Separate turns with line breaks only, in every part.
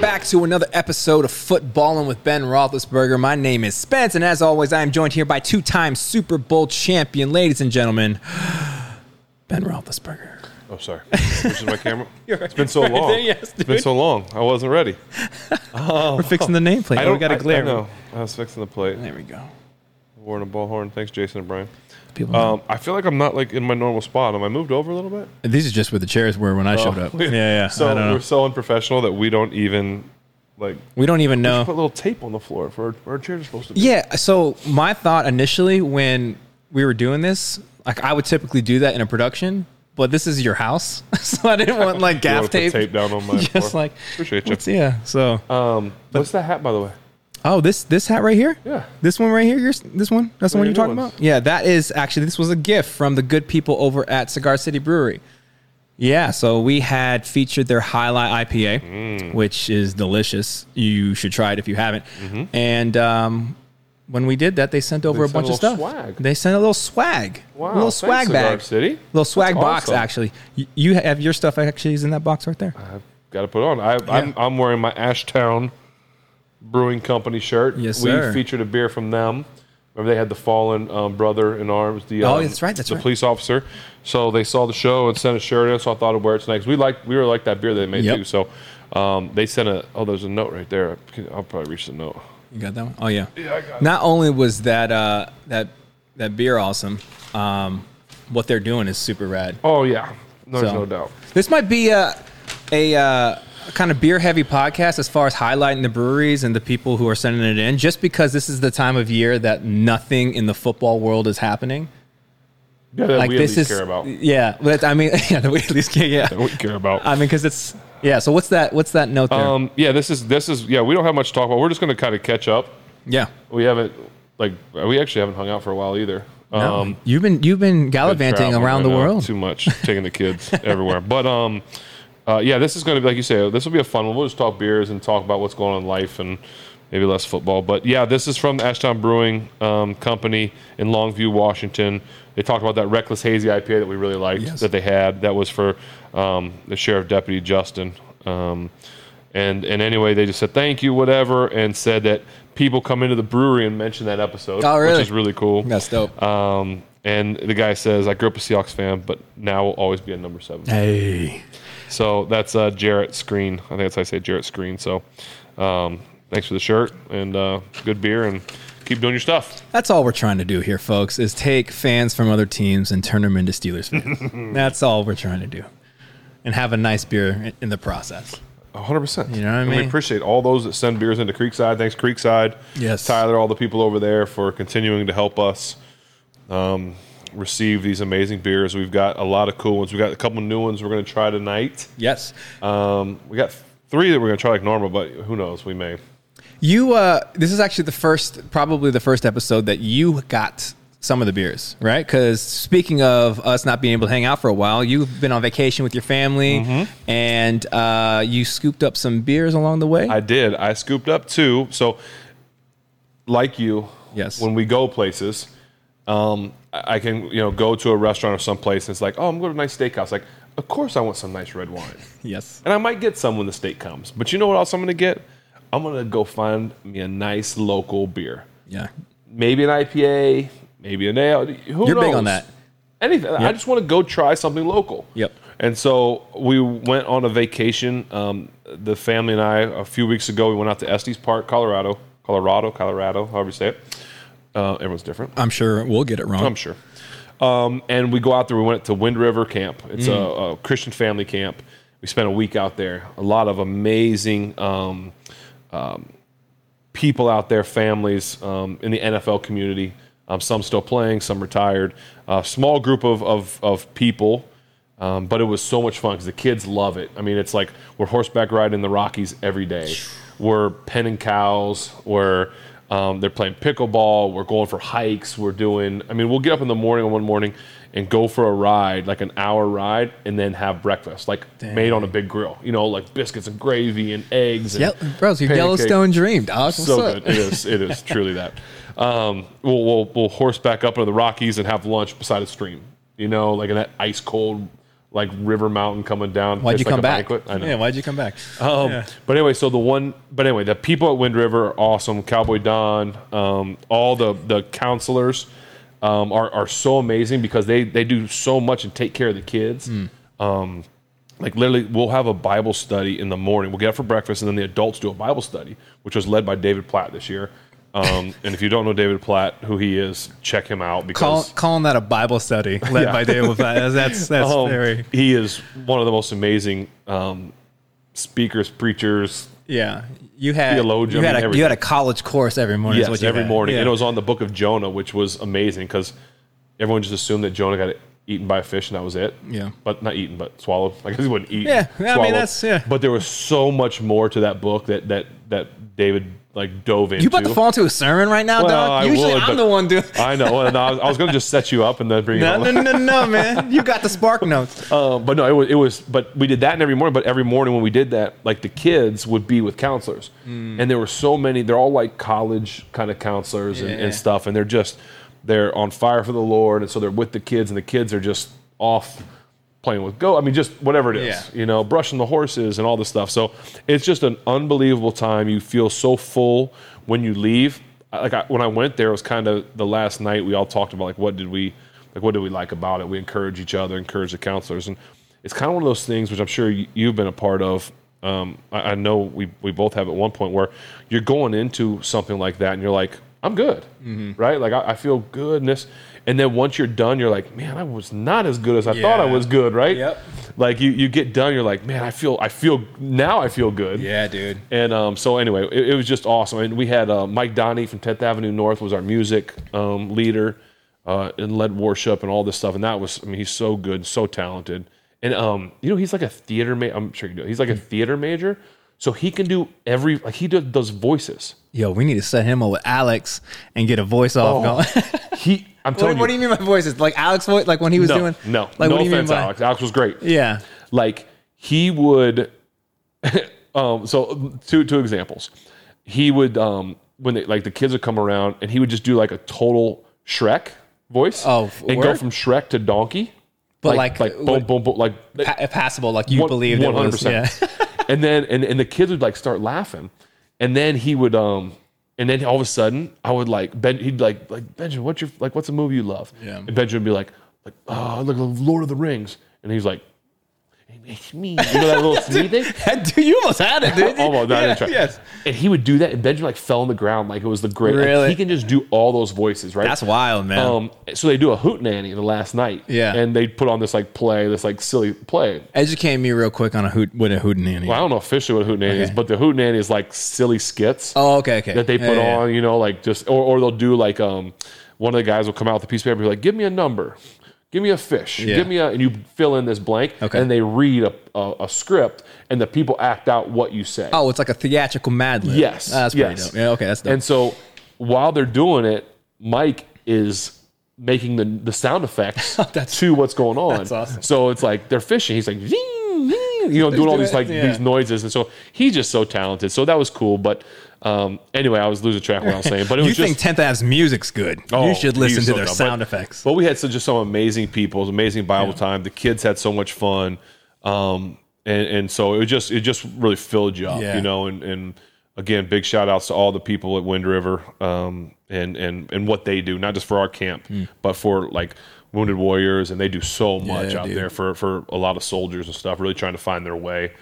back to another episode of Footballin' with Ben Roethlisberger. My name is Spence, and as always, I am joined here by two-time Super Bowl champion, ladies and gentlemen, Ben Roethlisberger.
Oh, sorry. This is my camera. It's been so long.
there, yes,
it's been
dude.
so long. I wasn't ready.
We're fixing the nameplate.
I
we got a
I-
glare.
I know. I was fixing the plate.
There we go.
Warren and Ballhorn. Thanks, Jason and Brian.
People,
Um, I feel like I'm not like in my normal spot. Am I moved over a little bit?
these are just where the chairs were when I showed up. Yeah, yeah.
Oh. So
I don't know.
we're so unprofessional that we don't even like
We don't even
put a
know.
little tape on the floor for our, where our chairs are supposed to be.
Yeah. So my thought initially when we were doing this, like I would typically do that in a production, but this is your house, so I didn't want like
You wanna
gaff
put
tape.
tape down on my
Just
floor?
like
Appreciate you.
what's- Yeah. So.
Um, what's that hat, by the way?
Oh, this this hat right here.
Yeah.
This one right here. Yours. This one. That's the
What
one you're
are your
talking
new ones?
about. Yeah. That is actually this was a gift from the good people over at Cigar City Brewery. Yeah. So we had featured their Highlight IPA,
Mm.
which is delicious. You should try it if you haven't. And um, when we did that, they sent over
Mm-hmm. They
a
sent
bunch
a
of
little
stuff.
swag.
They sent a little swag. A
Wow,
little
thanks,
swag
Cigar
bag.
City.
Little swag
That's
box.
awesome.
Actually, You- you have your stuff. Actually, is in that box right there.
I've got to put on. I, I'm, I'm wearing my Ashtown Brewing Company shirt.
Yes,
we
sir.
featured a beer from them. Remember, they had the fallen um, brother in arms. The,
Oh,
um,
that's right, that's
the
right.
police officer. So they saw the show and sent a shirt in. So I thought I'd wear it tonight. 'Cause we like we really like that beer they made
Yep.
too. So um, they sent a. Oh, there's a note right there. I can- I'll probably reach the note.
You got that one? Oh yeah.
Yeah, I got it.
Not only was that uh, that that beer awesome, um, what they're doing is super rad.
Oh yeah, there's
So-
no doubt.
This might be a a uh, kind of beer heavy podcast as far as highlighting the breweries and the people who are sending it in, just because this is the time of year that nothing in the football world is happening.
Yeah, that
Like
we
this
at least
is
care about. That
yeah. But I mean, yeah, that we at least care, yeah.
we care about.
I mean, because it's yeah. So what's that? What's that note there?
um, yeah, this is this is yeah. We don't have much to talk about. We're just going to kind of catch up.
yeah.
We haven't like we actually haven't hung out for a while either. Um,
No, you've been you've been
been
gallivanting
traveling,
around
I
the
know,
world.
too much, taking the kids everywhere. But um, uh, yeah, this is going to be like you say. This will be a fun one. We'll just talk beers and talk about what's going on in life and maybe less football. But yeah, this is from the Ashtown Brewing um, Company in Longview, Washington. They talked about that reckless hazy IPA that we really liked
Yes.
that they had. That was for um, the sheriff deputy Justin. Um, and and anyway, they just said thank you, whatever, and said that people come into the brewery and mention that episode,
Oh, really?
which is really cool.
That's dope.
Um, and the guy says, "I grew up a Seahawks fan, but now will always be a number seven.
hey.
So that's uh, Jarrett Screen. I think that's how I say Jarrett Screen. So um, thanks for the shirt and uh, good beer, and keep doing your stuff.
That's all we're trying to do here, folks, is take fans from other teams and turn them into Steelers fans. That's all we're trying to do. And have a nice beer in- in the process.
100. percent
You know what I
We
mean?
appreciate all those that send beers into Creekside. Thanks, Creekside.
Yes.
Tyler, all the people over there for continuing to help us. Um, receive these amazing beers. We've got a lot of cool ones. We've got a couple new ones we're going to try tonight.
Yes.
Um, we got three that we're going to try like normal, but who knows? We may.
You uh this is actually the first probably the first episode that you got some of the beers, right? Cuz speaking of us not being able to hang out for a while, you've been on vacation with your family
Mm-hmm.
and uh you scooped up some beers along the way.
I did. I scooped up two. So, like you,
Yes.
When we go places, um, I I can you know go to a restaurant or someplace, and it's like, oh, I'm going to a nice steakhouse. Like, of course I want some nice red wine,
yes.
and I might get some when the steak comes. But you know what else I'm going to get? I'm going to go find me a nice local beer,
Yeah.
maybe an IPA, maybe an ale. Who
You're
knows?
big on that.
anything. I just want to go try something local.
Yep.
And so we went on a vacation. Um, the family and I a few weeks ago we went out to Estes Park, Colorado, Colorado, Colorado, however you say it. Uh, everyone's different,
I'm sure we'll get it wrong.
I'm sure. Um, and we go out there. We went to Wind River Camp. It's
Mm.
a, a Christian family camp. We spent a week out there. A lot of amazing um, people out there, families um, in the NFL community. Um, some still playing, some retired. uh, small group of, of, of people, um, but it was so much fun because the kids love it. I mean, it's like we're horseback riding in the Rockies every day. We're penning cows. We're um, they're playing pickleball. We're going for hikes. We're doing. I mean, we'll get up in the morning one morning and go for a ride, like an hour ride, and then have breakfast, like made on a big grill. You know, like biscuits and gravy and eggs. And
Yep, bros, your
pancakes
Yellowstone dream, dog. What's
so
up?
good. It is. It is truly that. Um, we'll, we'll we'll horse back up into the Rockies and have lunch beside a stream. You know, like in that ice cold like River Mountain coming down.
Why'd you
tastes like
come
a
back?
banquet. I know.
Yeah, why'd you come back?
Um,
Yeah.
But anyway, so the one, but anyway, the people at Wind River are awesome. Cowboy Don, um, all the the counselors um, are are so amazing because they they do so much and take care of the kids.
Hmm.
Um, like literally, we'll have a Bible study in the morning. We'll get up for breakfast, and then the adults do a Bible study, which was led by David Platt this year. Um, and if you don't know David Platt, who he is, check him out
Call,
because
calling that a Bible study led by David. Platt. That's that's
um,
very
he is one of the most amazing um, speakers, preachers,
yeah. You had
Theologian,
you
I
had
mean,
a you had a college course every morning. is
Yes,
what you
every
had.
morning.
Yeah.
And it was on the book of Jonah, which was amazing because everyone just assumed that Jonah got eaten by a fish and that was it.
Yeah.
But not eaten, but swallowed. I guess he wouldn't eat.
Yeah, I mean,
swallowed.
that's- yeah.
But there was so much more to that book that that that David like dove into.
you about to fall into a sermon right now,
Well,
dog?
I
Usually
would,
I'm
but-
the one doing.
I know. And I was, I was going to just set you up and then bring you
No,
on.
no, no, no, man. You got the spark notes.
Uh, but no, it was, it was, but we did that and every morning, but every morning when we did that, like the kids would be with counselors
Mm.
and there were so many, they're all like college kind of counselors and,
Yeah.
and stuff. And they're just, they're on fire for the Lord. And so they're with the kids and the kids are just off playing with go. I mean, just whatever it is,
Yeah.
you know, brushing the horses and all this stuff. So it's just an unbelievable time. You feel so full when you leave. I- Like I, when I went there, it was kind of the last night we all talked about like what did we like what did we like about it. We encourage each other, encourage the counselors, and it's kind of one of those things which I'm sure you- you've been a part of. Um, I, I know we we both have at one point where you're going into something like that and you're like I'm good,
Mm-hmm.
right? Like I, I feel good and this, and then once you're done, you're like, man, I was not as good as I thought I
Yeah.
was good, right?
Yep.
Like you, you get done, you're like, man, I feel, I feel now, I feel good.
Yeah, dude.
And um, so anyway, it, it was just awesome. And we had uh, Mike Donnie from 10th Avenue North was our music um, leader uh, and led worship and all this stuff. And that was, I mean, he's so good, so talented. And um, you know, he's like a theater. Ma- I'm sure you know. He's
Hmm.
like a theater major, so he can do every. Like he do, does voices.
Yo, we need to set him up with Alex and get a voice off going.
He, I'm
what,
telling
what do
Oh. you,
you mean by voices? Like Alex voice? Like when he was
no,
doing?
no,
Like
no
what do you
offense,
mean by?
Alex. Alex was great.
Yeah.
like he would um so two two examples he would um when they like the kids would come around and he would just do like a total shrek voice
Oh, f-
and go
word?
from shrek to donkey
But
like
like,
like boom boom boom like
Pa- uh, passable. Like you believe that
one
was-
hundred percent.
yeah.
And then and, and the kids would like start laughing, and then he would um and then all of a sudden I would like Ben he'd like like Benjamin what's your like what's a movie you love?
Yeah.
And Benjamin would be like like oh I look like Lord of the Rings, and he's like it's me. You know that little sneeze thing? Oh,
dude, you almost had it, dude.
Almost, no, I didn't try.
Yes.
And he would do that, and Benjamin like fell on the ground like it was the great. like,
Really?
he can just do all those voices, right?
That's wild, man.
Um, so they do a hoot nanny the last night,
Yeah.
and they put on this like play, this like silly play,
Educate me real quick on a hoot with a hootenanny.
well, I don't know officially what a hootenanny is,
Okay.
but the hootenanny is like silly skits
Oh, okay, okay.
that they
Yeah,
put
yeah, yeah.
on, you know, like just or, or they'll do like um one of the guys will come out with a piece of paper, be like, give me a number, give me a fish,
Yeah.
give me a and you fill in this blank,
Okay.
and they read a, a, a script and the people act out what you say.
Oh, it's like a theatrical Mad Lib.
Yes,
Ah, that's pretty
yes.
dope. Yeah, okay, that's dope.
And so while they're doing it, Mike is making the, the sound effects
That's-
to what's going on.
that's awesome.
So it's like they're fishing. He's like, "Zing, zing," you know, doing all these like
Yeah.
these noises. And so he's just so talented. So that was cool. But um, anyway, I was losing track of what I was saying. But it was
you
just
think 10th Ave's music's good?
Oh,
you should
he's
listen
so
to their
dumb.
sound
But-
effects.
But we had such just some amazing people, it was amazing Bible time. The kids had so much fun, um, and and so it was just it just really filled you up,
Yeah.
you know. And and again, big shout outs to all the people at Wind River, um, and and and what they do, not just for our camp, but for like wounded warriors, and they do so much out
dude.
there for for a lot of soldiers and stuff, really trying to find their way.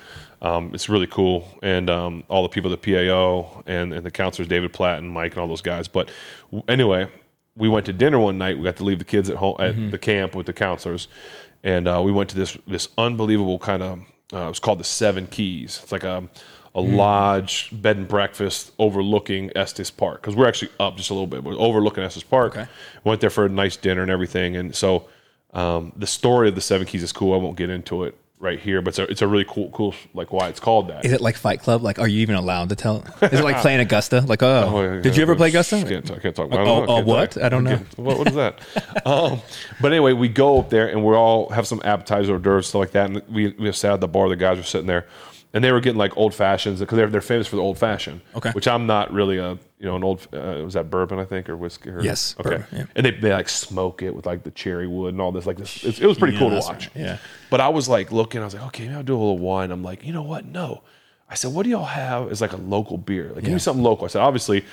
Um, it's really cool, and um, all the people, at the PAO and, and the counselors, David Platt and Mike and all those guys. But w- anyway, we went to dinner one night. We got to leave the kids at home at the camp with the counselors, and uh, we went to this this unbelievable kind of. Uh, it's called the Seven Keys. It's like a a lodge bed and breakfast overlooking Estes Park because we're actually up just a little bit. We're overlooking Estes Park. Went there for a nice dinner and everything, and so um, the story of the Seven Keys is cool. I won't get into it right here, but it's a, it's a really cool, cool like why it's called that.
Is it like Fight Club? Like, are you even allowed to tell? Is it like playing Augusta? Like, oh,
Oh, yeah,
did you ever
yeah,
play
yeah.
Augusta?
Can't, I can't talk. I don't
oh,
know.
oh,
Can't
what?
talk.
I don't know.
Can't- What, what is that? um, but anyway, we go up there and we all have some appetizer, hors d'oeuvres, stuff like that. And we, we sat at the bar. The guys were sitting there, and they were getting like old fashions because they're, they're famous for the old fashioned.
Okay.
Which I'm not really a you know an old uh, was that bourbon I think or whiskey or
Yes,
okay.
bourbon, yeah.
And they, they like smoke it with like the cherry wood and all this like this. It, it was pretty
Yeah,
cool to
that's
watch.
right, yeah.
But I was like looking. I was like, okay, maybe I'll do a little wine. I'm like, you know what? No. I said, what do y'all have as like a local beer? Like, give me something local. I said, obviously,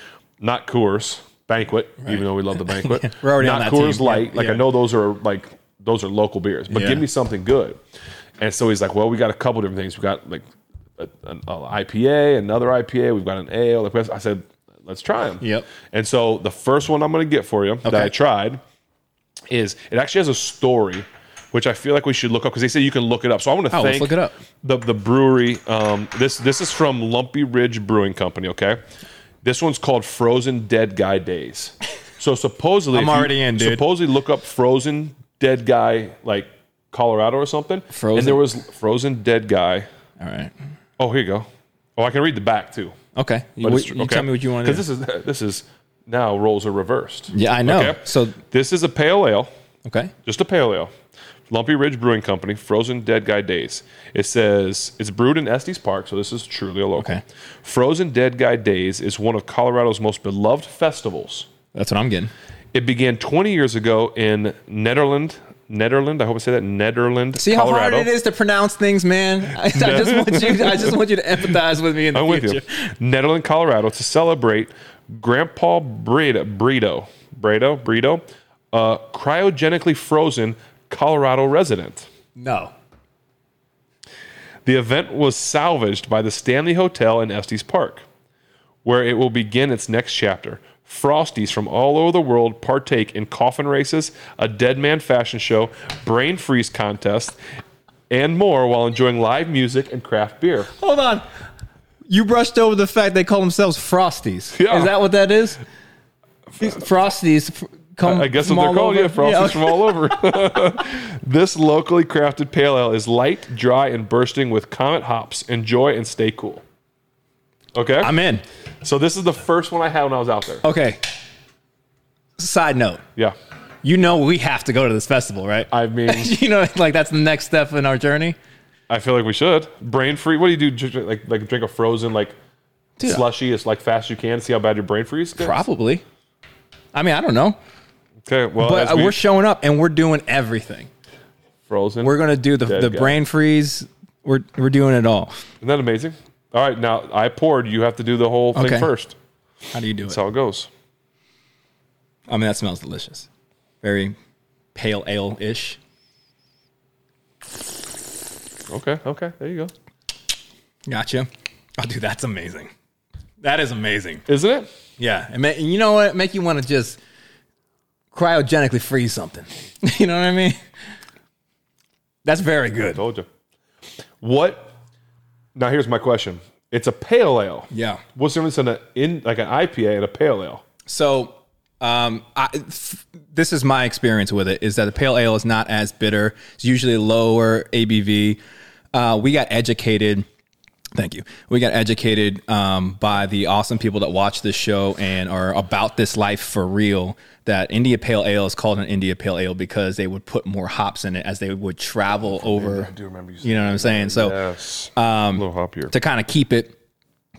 not Coors Banquet, even though we love the Banquet.
We're already on
not
that
Coors
team, yeah,
Light. Like
yeah.
I know those are like those are local beers, but
Yeah.
give me something good. And so he's like, well, we got a couple different things. We got like a, an a IPA, another IPA. We've got an ale. Like, I said, let's try them.
Yep.
And so the first one I'm going to get for you that
Okay.
I tried is it actually has a story, which I feel like we should look up because they say you can look it up. So I want to
Oh, let's
thank
look it up.
the the brewery. Um, this this is from Lumpy Ridge Brewing Company. Okay, this one's called Frozen Dead Guy Days. So supposedly,
I'm
if you
already in, dude.
Supposedly, look up Frozen Dead Guy like Colorado or something.
Frozen?
And there was Frozen Dead Guy.
All right.
Oh, here you go. Oh, I can read the back too.
Okay. You,
But it's
you
tr- okay.
tell me what you want to do.
Because this is this is now roles are reversed.
yeah, I know. So
this is a pale ale
okay.
just a pale ale. Lumpy Ridge Brewing Company, Frozen Dead Guy Days. It says it's brewed in Estes Park, so this is truly a local.
Okay.
Frozen Dead Guy Days is one of Colorado's most beloved festivals.
That's what I'm getting.
It began 20 years ago in Netherland. Netherland, I hope I say that. Netherland,
See how
Colorado.
hard it is to pronounce things, man. I, I just want you. I just want you to empathize with me in the
I'm with
future.
you. Netherland, Colorado, to celebrate Grandpa Brito, Brito, Brito, Brito, a cryogenically frozen Colorado resident.
No.
The event was salvaged by the Stanley Hotel in Estes Park, where it will begin its next chapter. Frosties from all over the world partake in coffin races, a dead man fashion show, brain freeze contest, and more while enjoying live music and craft beer.
Hold on. You brushed over the fact they call themselves Frosties.
Yeah.
Is that what that is? These Frosties f- come.
I guess
from
what they're
all
called,
over-
yeah, frosties
okay.
from all over. this locally crafted pale ale is light, dry, and bursting with comet hops. Enjoy and stay cool. Okay?
I'm in.
so this is the first one I had when I was out there.
Okay. Side note.
Yeah.
You know we have to go to this festival, right?
I mean,
you know, like that's the next step in our journey.
I feel like we should. Brain free. What do you do? Dr- Like like drink a frozen like
Dude,
slushy as like fast as you can. See how bad your brain freeze. Gets?
Probably. I mean, I don't know,
Okay. Well,
but
as
uh,
we,
we're showing up and we're doing everything.
frozen.
We're gonna do the
Dead
the
guy.
brain freeze. We're we're doing it all.
Isn't that amazing? All right. Now I poured. You have to do the whole thing
Okay.
first.
How do you do it?
That's how it goes.
I mean, that smells delicious. Very pale ale ish.
Okay. Okay. There you go.
Gotcha. Oh, dude, that's amazing. That is amazing.
Isn't it?
Yeah, and ma- you know what? Make you want to just cryogenically freeze something. you know what I mean? That's very good.
Told you. What? Now here's my question. It's a pale ale.
Yeah.
What's the difference in a in like an IPA and a pale ale?
So, um, I, f- this is my experience with it: is that the pale ale is not as bitter. It's usually lower ABV. Uh, we got educated. Thank you. We got educated um, by the awesome people that watch this show and are about this life for real. That India Pale Ale is called an India Pale Ale because they would put more hops in it as they would travel over.
I do remember you saying
You know what I'm saying? So
Yes. Um, a little hoppier.
to kind of keep it,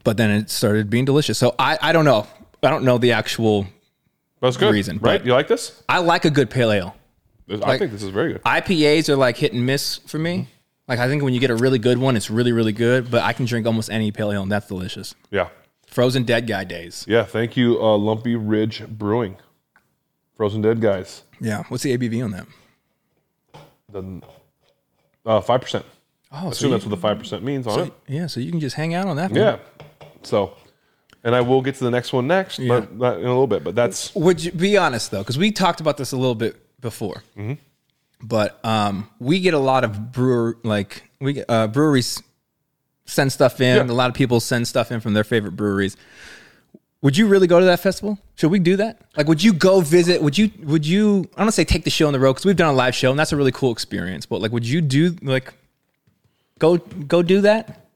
but then it started being delicious. So I, I don't know. I don't know the actual.
That's good.
reason,
right?
but-
You like this?
I like a good pale ale.
I think this is very good.
IPAs are like hit and miss for me. Like I think when you get a really good one, it's really really good. But I can drink almost any pale ale, and that's delicious.
Yeah.
Frozen dead guy days.
Yeah, thank you, uh, Lumpy Ridge Brewing. Frozen Dead guys.
Yeah. What's the ABV on that?
Five uh, percent.
Oh,
Assume
so you,
that's what the five percent means on it.
yeah. So you can just hang out on that. One.
Yeah. So, and I will get to the next one next, but not in a little bit. But that's
Would you be honest though? Because we talked about this a little bit before. But um, we get a lot of brewer like we get, uh, breweries send stuff in.
Yeah.
A lot of people send stuff in from their favorite breweries. Would you really go to that festival? Should we do that? Like, would you go visit? Would you? Would you? I don't wanna say take the show on the road because we've done a live show and that's a really cool experience. But like, would you do like go go do that?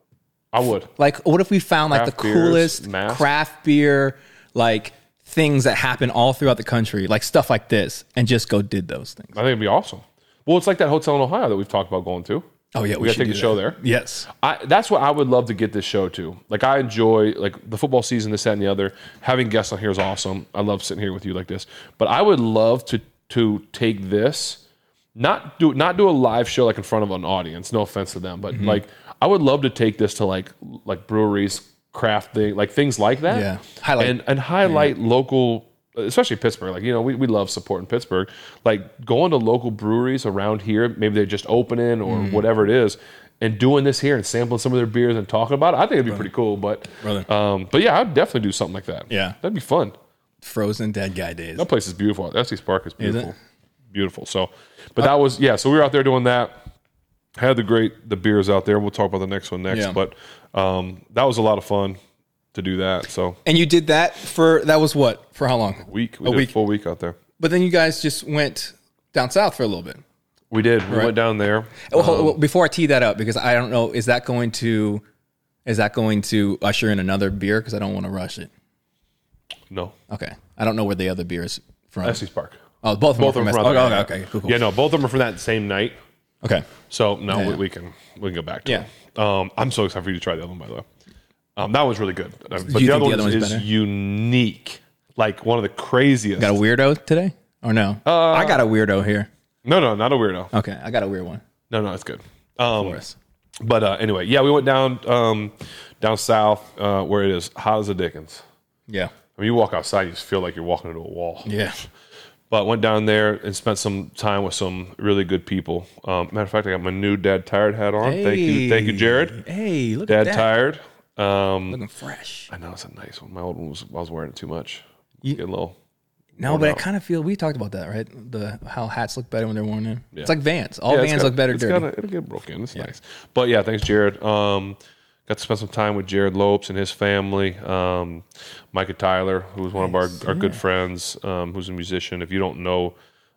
I would.
Like, what if we found like
Craft
the
beers,
coolest
masks.
craft beer like things that happen all throughout the country, like stuff like this, and just go did those things?
I think it'd be awesome. Well, it's like that hotel in Ohio that we've talked about going to.
Oh yeah,
We gotta
should
take
do
the
that.
show there.
Yes.
I, that's what I would love to get this show to. Like I enjoy like the football season, this, that, and the other. Having guests on here is awesome. I love sitting here with you like this. But I would love to to take this, not do not do a live show like in front of an audience. No offense to them, but
Mm-hmm.
like I would love to take this to like like breweries, craft thing, like things like that.
Yeah. Highlight-
and and highlight local. Especially Pittsburgh, like you know, we, we love supporting Pittsburgh. Like going to local breweries around here, maybe they're just opening or
Mm.
whatever it is, and doing this here and sampling some of their beers and talking about it. I think it'd be pretty cool. But
Brother.
um, but yeah, I'd definitely do something like that.
Yeah.
that'd be fun.
Frozen dead guy days.
That place is beautiful. Estes Park is
it?
beautiful. Beautiful. So, but that was yeah. So we were out there doing that. Had the great the beers out there. We'll talk about the next one next.
Yeah.
But um, that was a lot of fun to do that. So
And you did that for that was what for how long?
week we
A
did
week.
a full week out there.
But then you guys just went down south for a little bit.
We did. We went down there.
Well,
Um,
hold- well, before I tee that up, because I don't know, is that going to is that going to usher in another beer? Because I don't want to rush it.
No,
Okay, I don't know where the other beer is from.
Estes Park.
oh, both of them.
Both of
are
them.
from
were
Estes.
out there.
okay, okay, okay, cool, cool.
Yeah, no, both of them are from that same night.
Okay,
So no, we, we can we can go back to
Yeah.
it. Um, I'm so excited for you to try the other one by the way. Um, that one's really good, Uh, but
you
the
think the
other one
other one's
is,
better?
unique, like one of the craziest.
got a weirdo today or no?
Uh,
I got a weirdo here.
no, no, not a weirdo.
Okay, I got a weird one.
No, no, it's good. Um,
Boris.
but uh, anyway, yeah, we went down um, down south uh, where it is hot as a dickens.
Yeah,
I mean, you walk outside, you just feel like you're walking into a wall.
yeah.
But went down there and spent some time with some really good people. Um, matter of fact, I got my new dad tired hat on. Thank you, thank you, Jared.
Hey, look
Dad
at that.
tired. Um,
Looking fresh.
I know it's a nice one. My old one was I was wearing it too much. You, Get a little.
No, but I kind of feel we talked about that, right? The how hats look better when they're worn in. It's like Vans. All
Yeah, it's
Vans
got-
look better
it's
dirty.
got a- it'll get broken. It's nice. But yeah, thanks, Jared. Um, got to spend some time with Jared Lopes and his family. Um, Micah Tyler, who is one of our, our good friends, um, who's a musician. If you don't know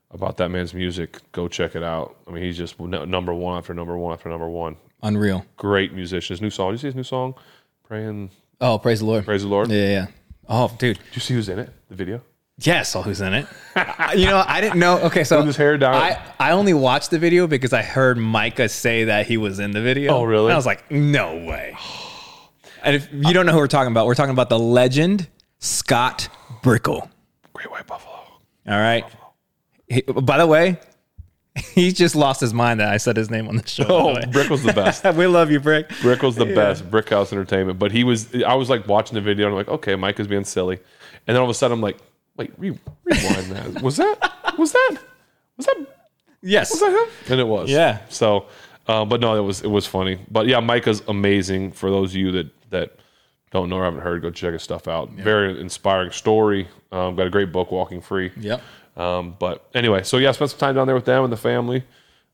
about that man's music, go check it out. I mean, he's just n- number one after number one after number one.
Unreal.
Great musician. His new song. Did you see his new song? Praying,
Oh, praise the Lord.
praise the Lord.
Yeah,
Did
yeah. yeah. Oh, dude.
you see who's in it? The video.
Yes, all who's in it. I- you know, I didn't know. Okay, so
With his hair down.
I, I only watched the video because I heard Micah say that he was in the video.
Oh, really?
And I was like, no way. And if you don't know who we're talking about, we're talking about the legend Scott Brickle.
Great White Buffalo.
All right. He- by the way, he just lost his mind that I said his name on the show. by
Oh,
the way.
Brick was the best.
we love you, Brick.
Brick was the best. Brick House Entertainment. But he was. I was like watching the video and I'm like, okay, Mike is being silly. And then all of a sudden I'm like, wait, re- rewind that. Was that? Was that? Was that?
Yes.
Was that him? And it was.
Yeah.
So, um, but no, it was it was funny. But yeah, Micah's amazing. For those of you that that don't know or haven't heard, go check his stuff out. Very inspiring story. Um, got a great book, Walking Free.
Yep.
Um, but anyway, so yeah, spent some time down there with them and the family.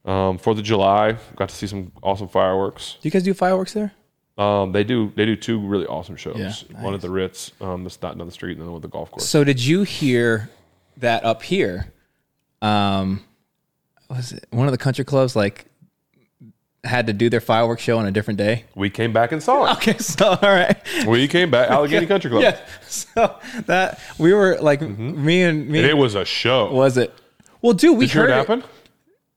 Um, Fourth of July, got to see some awesome fireworks.
Do you guys do fireworks there?
Um, they do they do two really awesome shows.
Yeah,
One at the Ritz, um, that's not down the street, and then one at the golf course.
So did you hear that up here? Um, was it one of the country clubs like had to do their fireworks show on a different day?
We came back and saw
Okay, so all right,
it. we came back Allegheny Country Club.
yeah. So that we were like me and me.
And it was a show.
was it? Well, dude, we
Did you
heard
hear what
it.
happened?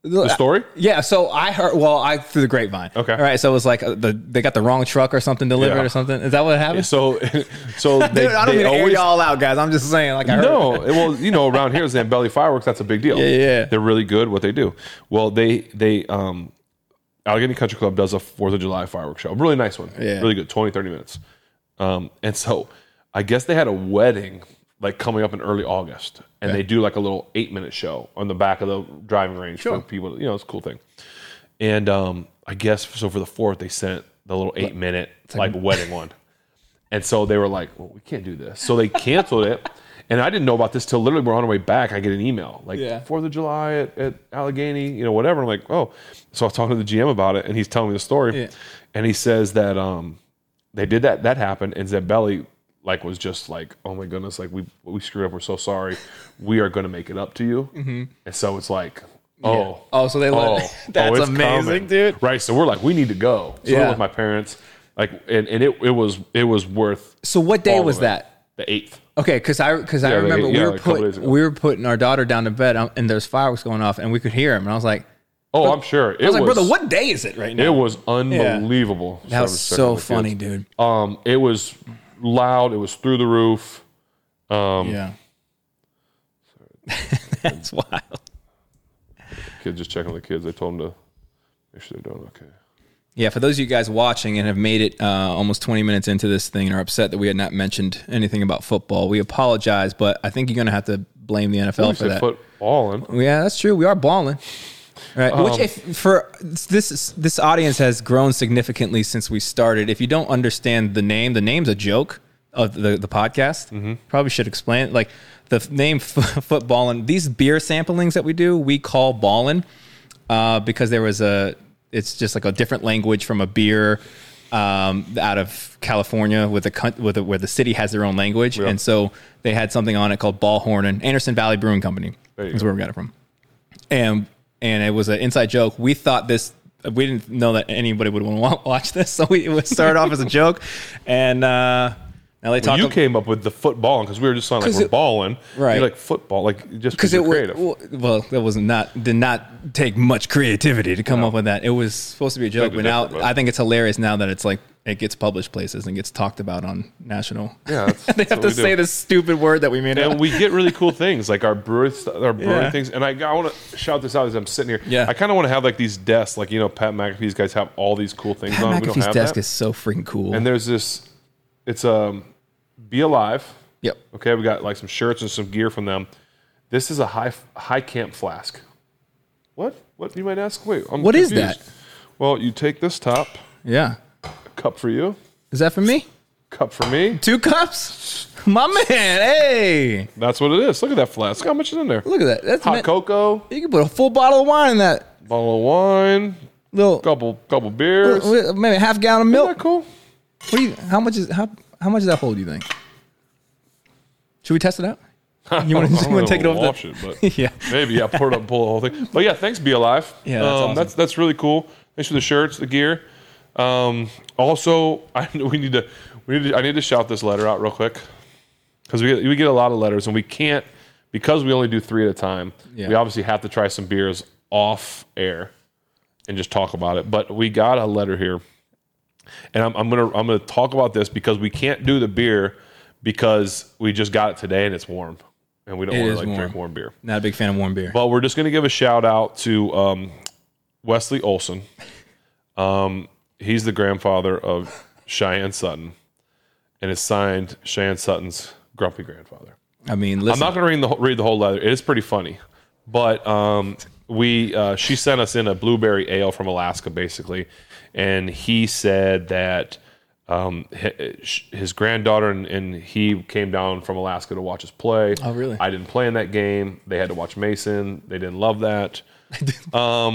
The story?
Yeah, so I heard. Well, I through the grapevine.
Okay.
all right. So it was like uh, the they got the wrong truck or something delivered
Yeah.
or something. Is that what happened?
So so they,
Dude, I don't
they
mean to air
always
y'all out, guys. I'm just saying, like I heard.
no, well, you know, around here is Zambelli fireworks. That's a big deal.
yeah, yeah.
They're really good what they do. Well, they they um, Allegheny Country Club does a Fourth of July fireworks show. Really nice one.
Yeah.
Really good. 20, 30 minutes. Um, and so I guess they had a wedding like coming up in early August, and they do like a little eight minute show on the back of the driving range for people. to- You know, it's a cool thing. And um, I guess so for the fourth, they sent the little eight minute like wedding one. And so they were like, well, we can't do this. So they canceled it. And I didn't know about this till literally we're on our way back. I get an email like
Yeah.
Fourth of July at, at Allegheny, you know, whatever. I'm like, oh. So I was talking to the GM about it, and he's telling me the story,
Yeah.
and he says that um, they did that. That happened, and Zebelli like was just like, oh my goodness, like we we screwed up. We're so sorry. We are going to make it up to you. And so it's like, oh,
Oh, so they let. That's
it's
amazing,
coming.
dude.
Right. So we're like, we need to go. So yeah.
Yeah.
with my parents, like, and, and it, it was it was worth
So what day
all of
was
it.
that?
The eighth.
Okay, because I because I
like,
remember
yeah,
we were
like a couple
put
days ago.
we were putting our daughter down to bed um, and there's fireworks going off and we could hear them and I was like,
Oh, I'm sure. It
I was like, brother, what day is it right now?
It was unbelievable.
that was
Cyber Second
so
with the
funny,
kids.
dude.
Um, it was loud. It was through the roof. Um,
yeah. That's wild.
Kid just checking on the kids. I told them to make sure they're doing okay.
Yeah, for those of you guys watching and have made it uh, almost 20 minutes into this thing and are upset that we had not mentioned anything about football, we apologize, but I think you're going to have to blame the NFL
We
for that.
said footballing.
Yeah, that's true. We are balling. Right.
Um,
Which, if for this is- this audience has grown significantly since we started. If you don't understand the name, the name's a joke of the the podcast.
Mm-hmm.
Probably should explain it. Like the f- name f- footballin. These beer samplings that we do, we call ballin uh, because there was a. It's just like a different language from a beer um, out of California with a cunt- with a, where the city has their own language, and so they had something on it called Ballhorn and Anderson Valley Brewing Company
There you
is
go.
where we got it from and and it was an inside joke. We thought this. We didn't know that anybody would want to watch this, so we, it would start off as a joke, and uh, now they talk
You
about
came up with the footballing because we were just sounding
'Cause
like we're
it-
balling.
Right.
You're like football, like just
because
because you're
it was
creative.
well, that was not did not take much creativity to come up with that. It was supposed to be a joke,
it
but now
different, but-
I think it's hilarious now that it's like it gets published places and gets talked about on national.
yeah, that's,
they
that's
have
what
to
we do.
say this stupid word that we made up.
and we get really cool things like our brewery, st- our brewing
Yeah.
things. And I, I want to shout this out as I'm sitting here.
Yeah.
I kind of want to have like these desks, like you know, Pat McAfee's guys have all these cool things on.
Pat
we don't
McAfee's
have
desk
that.
is so freaking cool.
and there's this. It's um, be alive.
yep.
Okay, we got like some shirts and some gear from them. This is a high high camp flask. What? What you might ask? Wait, I'm
What is
confused.
that?
Well, you take this top
Yeah.
cup for you,
Is that for me?
cup for me.
Two cups? My man, hey.
That's what it is. Look at that flask. How much is in there?
Look at that. That's
Hot
meant-
cocoa,
You can put a full bottle of wine in that
bottle of wine,
little
couple couple beers. Isn't
wh- maybe a half gallon of
that
milk.
cool?
What do you, how much is how how much does that hold? You think? Should we test it out? You want
I
to
don't
want to take it
know,
over? the-
wash it,
Yeah.
but maybe yeah, pour it up, pull the whole thing. But yeah, thanks, be alive.
Yeah, that's
um,
awesome.
that's that's really cool. Thanks for the shirts, the gear. Um, also, I we need to we need to, I need to shout this letter out real quick because we get, we get a lot of letters and we can't because we only do three at a time.
Yeah.
We obviously have to try some beers off air and just talk about it. But we got a letter here, and I'm, I'm gonna I'm gonna talk about this because we can't do the beer because we just got it today and it's warm and we don't
It
want to
is
like
warm.
drink warm beer.
Not a big fan of warm beer.
But we're just going to give a shout out to um, Wesley Olson. Um, he's the grandfather of Cheyenne Sutton, and it's signed Cheyenne Sutton's grumpy grandfather.
I mean, listen.
I'm not going to read the whole- read the whole letter. It is pretty funny, but um, we uh, she sent us in a blueberry ale from Alaska, basically, and he said that um, hi- his granddaughter and, and he came down from Alaska to watch us play.
Oh, really?
I didn't play in that game. They had to watch Mason. They didn't love that. Um,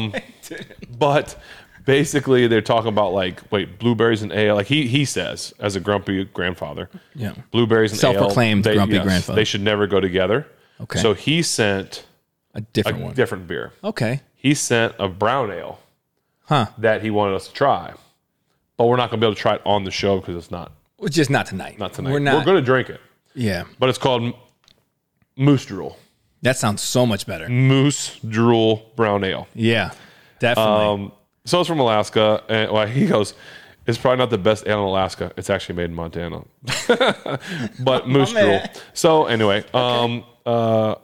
But basically, they're talking about like, wait, blueberries and ale. Like he he says, as a grumpy grandfather,
Yeah.
blueberries and ale,
Self-proclaimed
they-
grumpy grandfather.
They should never go together.
Okay.
So he sent
a
a
different one.
different beer.
okay.
He sent a brown ale
Huh.
that he wanted us to try, but we're not going to be able to try it on the show because it's not
Well, Just not tonight.
not tonight.
We're not.
going to drink it,
Yeah.
but it's called M- Moose Drool.
That sounds so much
Mm.
better.
Moose Drool Brown Ale.
Yeah. Definitely.
Um, so it's from Alaska, and well, he goes, "It's probably not the best ale in Alaska. It's actually made in Montana, but moose drool."
man.
So anyway, um, uh,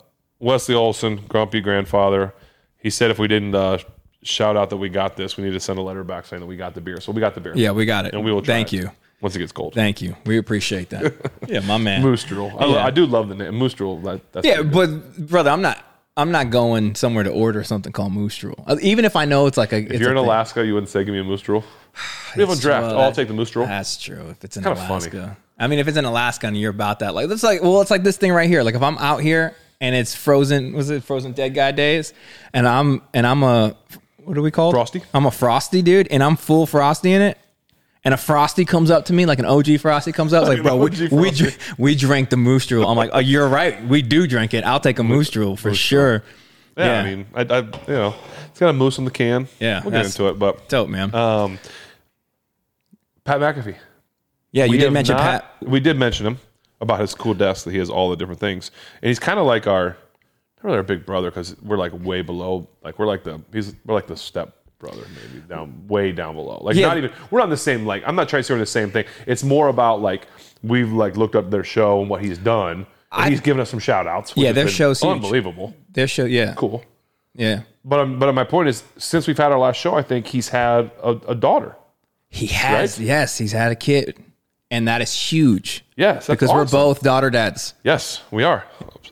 Wesley Olson, grumpy grandfather, he said if we didn't uh, shout out that we got this, we need to send a letter back saying that we got the beer. So we got the beer.
yeah, we got it.
and we will. Try
Thank
it
you.
Once it gets cold.
Thank you. We appreciate that. yeah, my man.
Moose drool. I, lo-
Yeah.
I do love the name moose drool. That, that's
Yeah, but brother, I'm not. I'm not going somewhere to order something called moose drool. Uh, Even if I know it's like a.
If you're in Alaska, you wouldn't say give me a moose drool. We have a draft.
well,
oh, I'll
that-
take the moose drool.
That's true. If it's in
Kinda funny.
Alaska, I mean, if it's in Alaska and you're about that, like that's like well, it's like this thing right here. Like if I'm out here and it's frozen, was it frozen dead guy days, and I'm and I'm a what are we called?
Frosty?
I'm a frosty dude, and I'm full frosty in it. And a frosty comes up to me, like an OG frosty comes up, like,
an
bro, we
OG
we,
Frosty.
dr- we drank the moose drool. I'm like, oh, you're right, we do drink it. I'll take a moose drool for sure.
Yeah, I mean, I, I, you know, it's got a moose on the can.
Yeah,
we'll get
that's-
into it. But
dope, man.
um, Pat McAfee,
yeah, you
We
did
have
mention
not-
Pat.
We did mention him about his cool desk that he has all the different things, and he's kind of like our not really our big brother because we're like way below. Like we're like the he's we're like the step brother maybe down way down below. Like
Yeah.
not even we're on the same like I'm not trying to say we're the same thing. It's more about like we've like looked up their show and what he's done. And
I-
he's given us some shout outs.
Yeah, their show's huge.
unbelievable.
Their show, yeah,
Cool.
yeah.
But um, but my point is, since we've had our last show, I think he's had a, a daughter.
He has, yes, he's had a kid, and that is huge.
Yes, that's
because we're
awesome.
both daughter dads.
Yes, we are.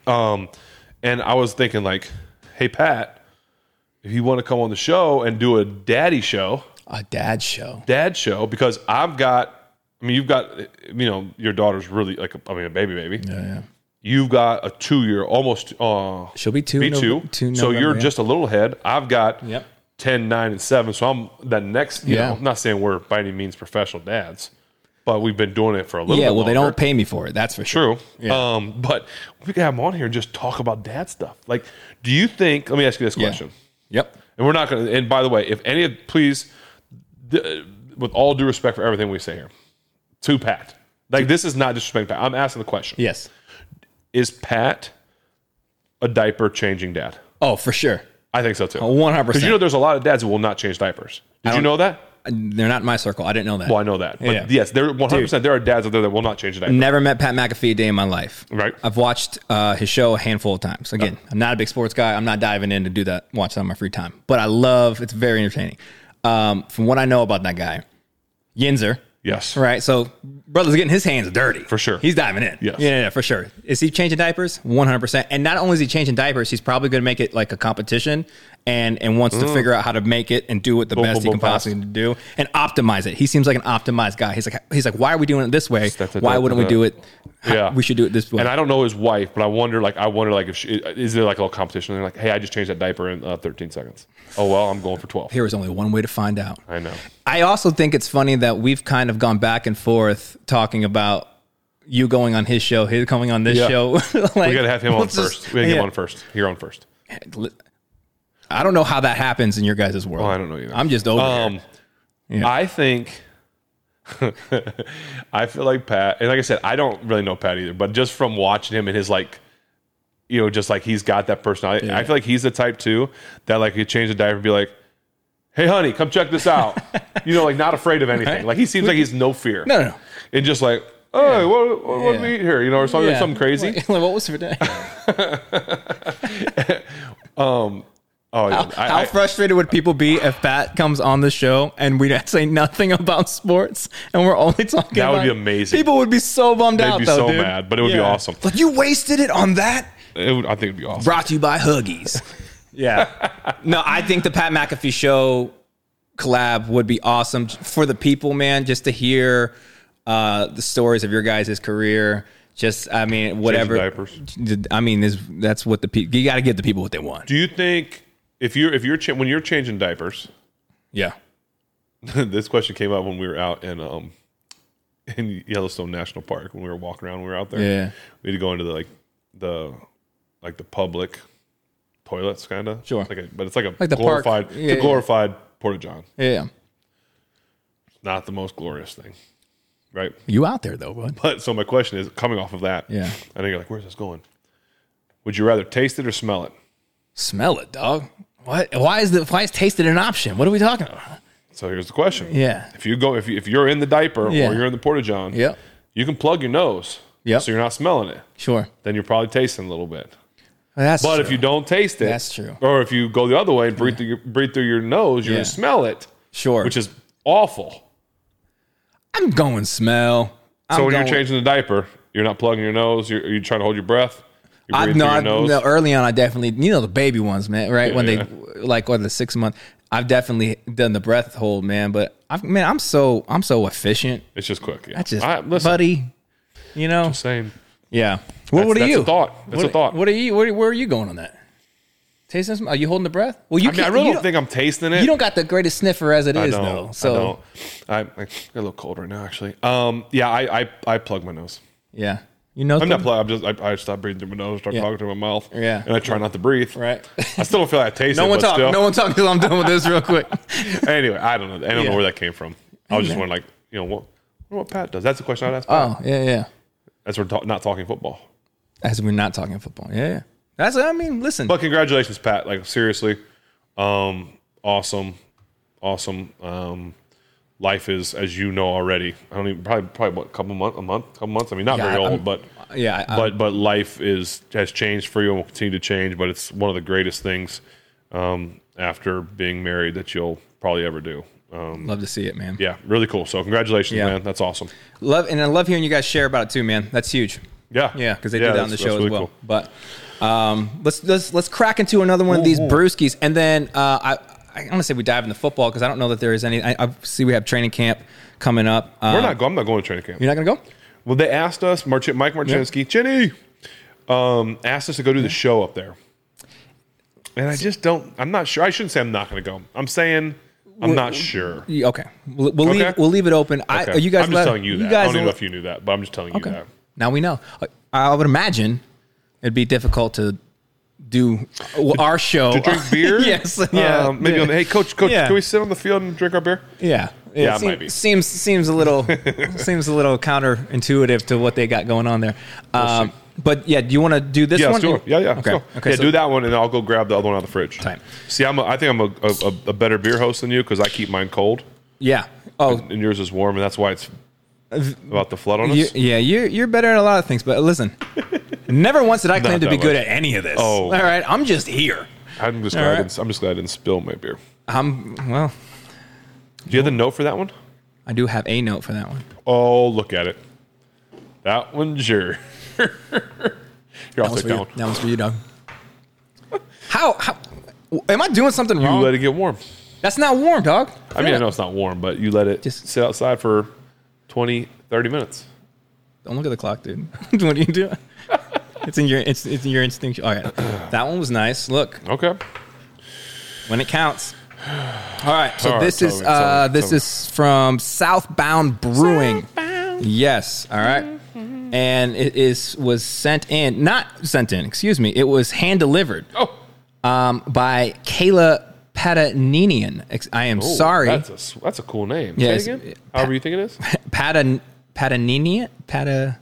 Um, and I was thinking, like, hey Pat, if you want to come on the show and do a daddy show,
A dad show.
dad show, because I've got, I mean, you've got, you know, your daughter's really like, a, I mean, a baby baby.
Yeah, yeah.
You've got a two year, almost uh,
She'll be two.
B
in Nov-
two.
two in
so
November,
you're
yeah.
just a little ahead. I've got
Yep.
10, 9, and seven. So I'm the next. You
Yeah.
know, I'm not saying we're by any means professional dads, but we've been doing it for a little.
yeah.
bit
Well, they
longer.
don't pay me for it. That's for sure.
True. Um, but we could have him on here and just talk about dad stuff. Like, do you think? Let me ask you this
Yeah.
question.
Yep.
And we're not going to. And by the way, if any of please, d- with all due respect for everything we say here, to Pat. Like this is not disrespecting Pat. I'm asking the question:
Yes.
Is Pat a diaper changing dad?
Oh, for sure.
I think so too.
One hundred
Because you
percent.
know, there's a lot of dads who will not change diapers. Did you know that?
Uh, They're not in my circle. I didn't know that.
Well, I know that. But
Yeah.
yes, there 100. percent There are dads out there that will not change a diaper.
Never met Pat McAfee a day in my life.
Right.
I've watched uh, his show a handful of times. Again, I'm not a big sports guy. I'm not diving in to do that, watch that on my free time. But I love it's very entertaining. Um, from what I know about that guy, Yinzer.
Yes.
Right. So brother's getting his hands dirty. For
sure.
He's diving in.
Yes.
Yeah, yeah, yeah, for sure. Is he changing diapers? 100%. And not only is he changing diapers, he's probably going to make it like a competition and and wants to figure out how to make it and do it the best
Mm. boom,
he can
boom,
possibly do and optimize it. He seems like an optimized guy. He's like he's like why are we doing it this way?
Da, da,
Why
da,
wouldn't
da,
we do it? how-
Yeah.
We should do it this way.
And I don't know his wife, but I wonder, like, I wonder, like, if she, is there like a little competition? They're like, hey, I just changed that diaper in uh, 13 seconds. Oh well, I'm going for 12.
Here is only one way to find out.
I know.
I also think it's funny that we've kind of gone back and forth talking about you going on his show, his coming on this
Yeah.
show. like,
We gotta have him on
let's just-
first. We gotta get
yeah.
him on first. Here on first.
I don't know how that happens in your guys' world.
Oh, I don't know either.
I'm just over it.
Um, I think. I feel like Pat, and like I said, I don't really know Pat either, but just from watching him and his like, you know, just like he's got that personality. I feel like he's the type too that like he change the diaper and be like, "Hey, honey, come check this out." you know, like not afraid of anything. Like he seems like he's no fear.
No, no, no.
and just like, oh, what, what, what did
Yeah.
we eat here? You know, or something,
Yeah.
oh, something crazy.
Like, what was for dinner?
Oh, yeah. I,
How
I-
frustrated would people be if Pat comes on the show and we say nothing about sports and we're only talking?
That would
about-
be amazing.
People would be so bummed out.
be
though,
so
dude.
mad, but it would be awesome.
Like you wasted it on that.
it would, I think it'd be awesome.
Brought to you by Huggies. yeah. No, I think the Pat McAfee show collab would be awesome for the people, man. Just to hear uh, the stories of your guys' career. Just, I mean, whatever.
diapers.
I mean, this, that's what the people. You got to give the people what they want.
Do you think if you're if you're cha- when you're changing diapers?
Yeah.
this question came up when we were out in um in Yellowstone National Park when we were walking around. When we were out there.
Yeah.
we had to go into the like the like the public toilets, kind of.
Sure.
Like a, but it's like a
Like the park.
glorified,
Yeah,
it's
yeah.
a glorified porta john.
Yeah.
Not the most glorious thing, right?
You out there though, bud?
But so my question is, coming off of that,
Yeah.
I think you're like, where's this going? Would you rather taste it or smell it?
Smell it, dog. What? Why is the why is tasted an option? What are we talking about?
So here's the question.
Yeah.
If you go, if, you, if you're in the diaper
Yeah.
or you're in the porta john,
Yep.
you can plug your nose.
Yep.
So you're not smelling it.
Sure.
Then you're probably tasting a little bit.
That's
But
true.
if you don't taste it,
That's true.
Or if you go the other way and breathe through your, breathe through your nose, you're
Yeah.
gonna smell it,
sure,
which is awful.
I'm going smell. I'm
So when
going-
you're changing the diaper, you're not plugging your nose. You're, are you trying to hold your breath? You
I,
breathe
no,
through
I,
your nose.
no, early on, I definitely, you know, the baby ones, man, right? when they,
yeah.
like, on the six month, I've definitely done the breath hold, man. But I've, man, I'm so, I'm so efficient.
It's just quick. Yeah.
That's just,
I, listen,
buddy, you know?
same.
yeah. Well, what are
that's
you?
a thought. That's
what,
a thought.
What are you, where, where are you going on that? Tasting some, are you holding the breath? Well, you
I mean, I
can't-
really
you
don't think I'm tasting it.
you don't got the greatest sniffer as it
I
is,
don't.
though. So,
I don't. I, I got a little cold right now, actually. Um, yeah, I, I, I plug my nose.
yeah. You know,
I'm not plug. I'm just. I, I stop breathing through my nose. Start talking through my mouth.
Yeah.
And I try not to breathe.
Right.
I still don't feel like I taste it.
no one
but
talk.
Still.
No one talk until I'm done with this real quick.
anyway, I don't know. I don't
Yeah.
know where that came from. I was just wondering, like, you know, what what Pat does. That's the question I'd ask. Pat.
Oh, yeah, yeah.
That's we're ta- not talking football.
As we're not talking football. Yeah, yeah. That's I mean, listen.
But congratulations, Pat. Like seriously, um, awesome, awesome. Um, life is as you know already. I don't even probably probably what couple month a month couple months. I mean, not
Yeah,
very
I'm-
old, but
yeah, I-
but but life is has changed for you and will continue to change. But it's one of the greatest things um, after being married that you'll probably ever do. Um,
love to see it, man.
yeah, really cool. So congratulations,
Yeah.
man. That's awesome.
Love and I love hearing you guys share about it too, man. That's huge.
Yeah,
Yeah, because they do that on the
that's-
show
that's
as
really
well.
cool.
But um, let's let's let's crack into another one of these brewskis, and then uh, I I want to say we dive into football because I don't know that there is any. I, I see we have training camp coming up. Um,
We're not. go- I'm not going to training camp.
You're not gonna go?
Well, they asked us, March- Mike Marchinsky, Jenny, um, asked us to go do the show up there. And I just don't, I'm not sure. I shouldn't say I'm not going to go. I'm saying I'm not sure.
Yeah, okay, we'll, we'll
Okay.
leave we'll leave it open. I,
Okay.
are you guys,
I'm just
let-
telling you that. I
guys
don't even know
will-
if you knew that, but I'm just telling you that.
Now we know. I, I would imagine it'd be difficult to do well, our show
To drink beer?
yes, yeah,
Um, maybe
yeah.
on the, hey, coach, coach,
Yeah.
can we sit on the field and drink our beer?
Yeah,
Yeah, it
seem-
might be.
Seems seems a little seems a little counterintuitive to what they got going on there. Um, but yeah, do you want to do this
Yeah,
one?
let's do it. Yeah, yeah. let's
Okay,
go.
okay.
yeah,
so
do that one, and I'll go grab the other one out of the fridge.
Time.
See, I'm a, I think I'm a, a, a better beer host than you because I keep mine cold,
Yeah. Oh,
and yours is warm, and that's why it's about the flood on us.
you, yeah. You're you're better at a lot of things, but listen, never once did I claim to
that
be good
much.
at any of this.
Oh.
all right. I'm just here.
I'm just glad. I
right.
didn't, I'm just glad I didn't spill my beer.
I'm well.
Do you have the note for that one?
I do have a note for that one.
Oh, look at it. That one's your. Here, I'll
That was
take
for
that
you.
one.
That was for you, Doug. How how am I doing something
You
wrong?
let it get warm.
That's not warm, dog.
I mean, I know it's not warm, but you let it
Just-
sit outside for 20, 30 minutes.
Don't look at the clock, dude. what are you doing? it's in your it's, it's in your instinct. All right, that one was nice. Look,
Okay.
when it counts. All right, so
All right,
this
tell
is
me, tell
uh,
me,
this
tell me.
is from Southbound Brewing. Yes. All right. And it is was sent in, not sent in. Excuse me. It was hand delivered
Oh,
um, by Kayla Pataninian. Ex- I am
Ooh,
sorry,
That's a, s- that's a cool name.
Yeah,
Say it
it's-
again.
it-
However you think it is.
Patan Pataninian Pata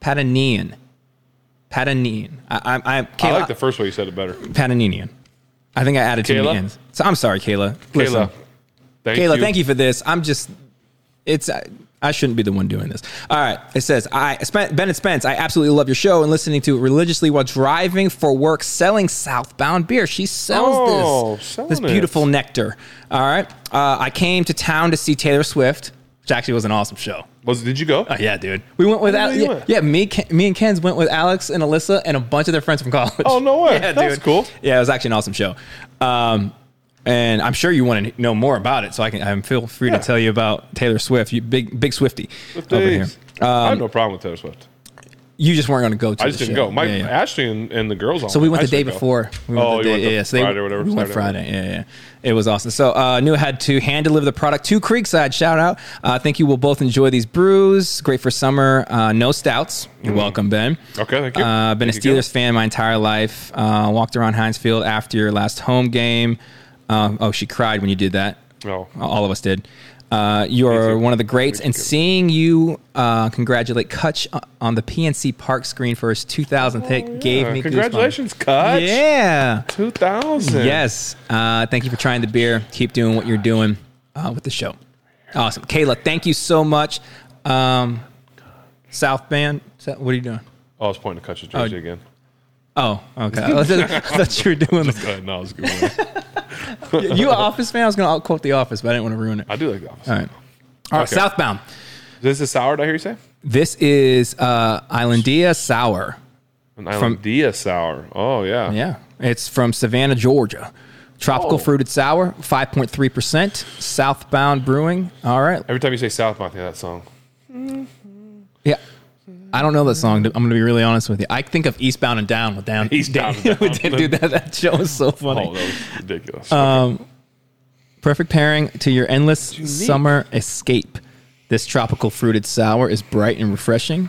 Patanian Patanian. I, I, I, Kayla,
I like the first way you said it better.
Pataninian. I think I added too
Kayla?
many ends. So I'm sorry, Kayla. Listen,
Kayla. Thank
Kayla, thank you for this. I'm just, it's, I, I shouldn't be the one doing this. All right. It says, I, Spen- Bennett Spence, I absolutely love your show and listening to it religiously while driving for work, selling southbound beer. She sells
Oh,
this,
selling
this
it.
beautiful nectar. All right. Uh, I came to town to see Taylor Swift, which actually was an awesome show.
Was, did you go?
Oh, yeah, dude. We went with
Oh, yeah,
Al-
you
yeah,
went.
yeah, me, Ken- me and Ken's went with Alex and Alyssa and a bunch of their friends from college.
Oh, no way.
Yeah,
That's
dude.
cool.
Yeah, it was actually an awesome show. Um, and I'm sure you want to know more about it, so I can. I feel free
Yeah.
to tell you about Taylor Swift. You big big Swifty over here. Um,
Days. I have no problem with Taylor Swift.
You just weren't going to go. to
I just
the
didn't
show.
go. My
Yeah, yeah.
Ashley and, and the girls.
So we went the day before. We went the
Oh, you
day,
went the
yeah, so they-
Friday or whatever,
We went
Saturday,
Friday. Yeah, yeah. It was awesome. So uh, New had to hand deliver the product to Creekside. Shout out. Uh, I think you will both enjoy these brews. Great for summer. Uh, no stouts. You're welcome, Ben.
Mm-hmm. Okay, thank you.
Uh, been
Thank
a
you,
Steelers fan my entire life. Uh, walked around Heinz Field after your last home game. Um, oh, she cried when you did that.
Oh.
All of us did. Uh, you're one of the greats, and seeing you uh, congratulate Kutch on the PNC Park screen for his 2000th hit gave
Uh,
me goosebumps.
Congratulations, Kutch.
Yeah.
2000.
Yes. Uh, thank you for trying the beer. Keep doing what you're doing uh, with the show. Awesome. Kayla, thank you so much. Um, South Band, so- what are you doing?
Oh, I was pointing to Kutch's jersey again.
Oh, okay. I thought you were doing
Go ahead. No, I was good.
the, You an Office fan? I was going to quote The Office, but I didn't want to ruin it.
I do like the office.
All right. All right,
Okay.
Southbound.
This is sour, did I hear you say?
This is uh, Islandia Sour.
An Islandia sour. Oh, yeah.
Yeah. It's from Savannah, Georgia. Tropical
Oh.
fruited sour, 5.3%. Southbound Brewing. All right.
Every time you say Southbound, I think of that song.
Yeah. I don't know that song. I'm going to be really honest with you. I think of Eastbound and Down with Down.
Eastbound and
with
Down.
Dude, that, that show is so funny. Uh,
Oh, that was ridiculous.
Perfect pairing to your endless
unique.
summer escape. This tropical fruited sour is bright and refreshing,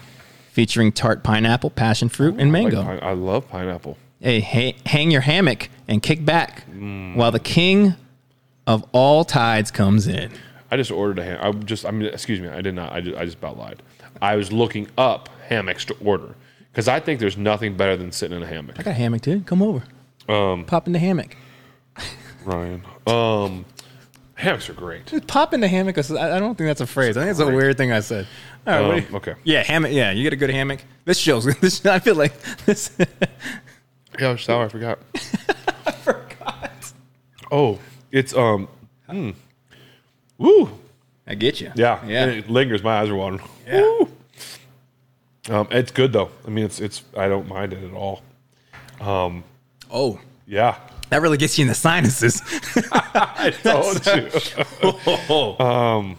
featuring tart pineapple, passion fruit, and
I, like
mango.
pine- I love pineapple.
hey, ha- hang your hammock and kick back
Mm.
while the king of all tides comes in.
I just ordered a ham. I just, I mean, excuse me. I did not. I just, I just about lied. I was looking up hammocks to order because I think there's nothing better than sitting in a hammock.
I got a hammock, dude. Come over.
Um,
pop in the hammock.
Ryan, um, hammocks are great.
Dude, pop in the hammock. is- I I don't think that's a phrase. I think it's a weird thing I said. All right, what
Um,
do you-
okay.
Yeah, hammock. Yeah, you get a good hammock. This shows. This, I feel like this.
Yeah, I'm sorry, I forgot. I forgot. Oh, it's um, mm. woo,
I get you.
yeah,
Yeah.
And it lingers. My eyes are watering.
Yeah.
Woo. Um, it's good though. I mean, it's it's. I don't mind it at all.
oh,
Yeah.
that really gets you in the sinuses.
I told you. Oh. Um,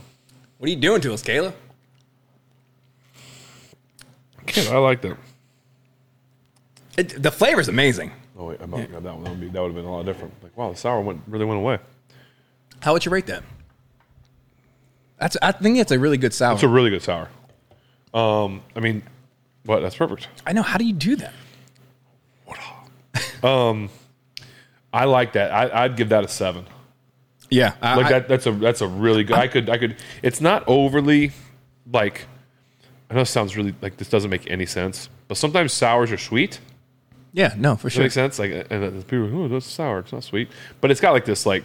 what are you doing to us, Kayla?
Kid, I like that.
It, the flavor's amazing.
Oh wait, I'm not gonna have that one. That would, be, that would have been a lot different. Like, wow, the sour went really went away.
How would you rate that? That's. I think it's a really good sour.
It's a really good sour. Um, I mean, what? That's perfect.
I know. How do you do that?
I like that. I, I'd give that a seven.
Yeah. I,
like
I-
that that's a that's a really good I could I could it's not overly like I know it sounds really like this doesn't make any sense, but sometimes sours are sweet.
yeah. No, for
Does that
sure.
make sense? Like and then people are like, oh that's sour, it's not sweet. But it's got like this like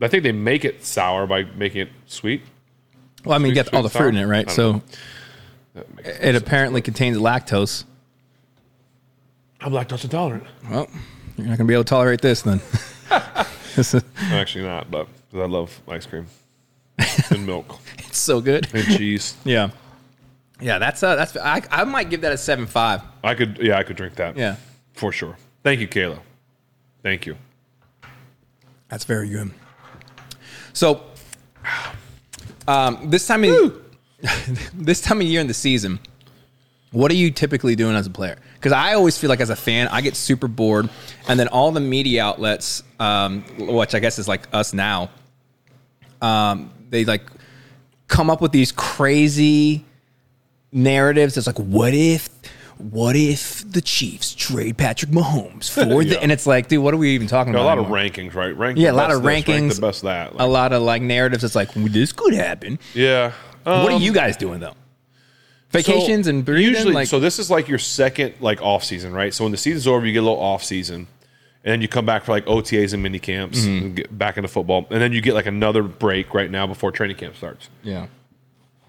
I think they make it sour by making it sweet.
Well, I mean, you
Sweet-
get all the
sweet sour?
fruit in it, right?
I
So
don't That makes
it apparently contains lactose.
I'm lactose intolerant.
Well, you're not gonna be able to tolerate this then. This is-
I'm actually not, but because I love ice cream. and milk.
it's so good.
And cheese.
Yeah. Yeah, that's uh, that's I, I might give that a seven five.
I could yeah, I could drink that.
Yeah,
For sure. Thank you, Kayla. Thank you.
that's very good. So, um, this time of this time of year in the season, what are you typically doing as a player? Because I always feel like as a fan, I get super bored, and then all the media outlets, um, which I guess is like us now, um, they like come up with these crazy narratives. It's like, what if, what if the Chiefs trade Patrick Mahomes for
Yeah.
the? And it's like, dude, what are we even talking
a
about?
lot of
anymore?
rankings, right? Rank
Yeah, a
the
lot
best
of
this, rank
rankings. Oh.
the best that. Like,
a lot of like narratives. It's like well, this could happen.
yeah.
what are
Um,
you guys doing though? Vacations
so
and breathing.
Usually,
like,
so this is like your second like off season, right? So when the season's over, you get a little off season, and then you come back for like OTAs and mini camps,
Mm-hmm.
and get back into football, and then you get like another break right now before training camp starts.
yeah,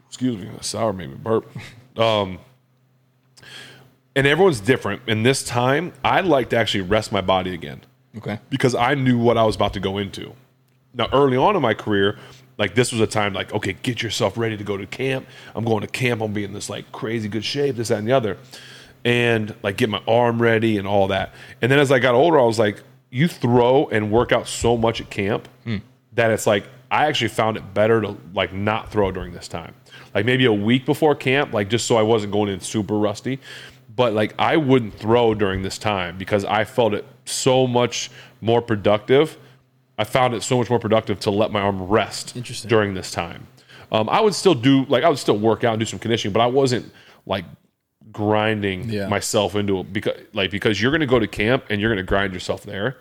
excuse me, that sour made me burp. Um, and everyone's different. And this time, I'd like to actually rest my body again
okay,
because I knew what I was about to go into. Now, early on in my career, like this was a time like, okay, get yourself ready to go to camp. I'm going to camp. I'm being this like crazy good shape, this, that, and the other. And like get my arm ready and all that. And then as I got older, I was like, you throw and work out so much at camp that it's like I actually found it better to like not throw during this time. Like maybe a week before camp, like just so I wasn't going in super rusty. But like I wouldn't throw during this time because I felt it so much more productive. I found it so much more productive to let my arm rest
Interesting.
during this time. Um, I would still do like I would still work out and do some conditioning, but I wasn't like grinding
Yeah.
myself into it because like because you're going to go to camp and you're going to grind yourself there,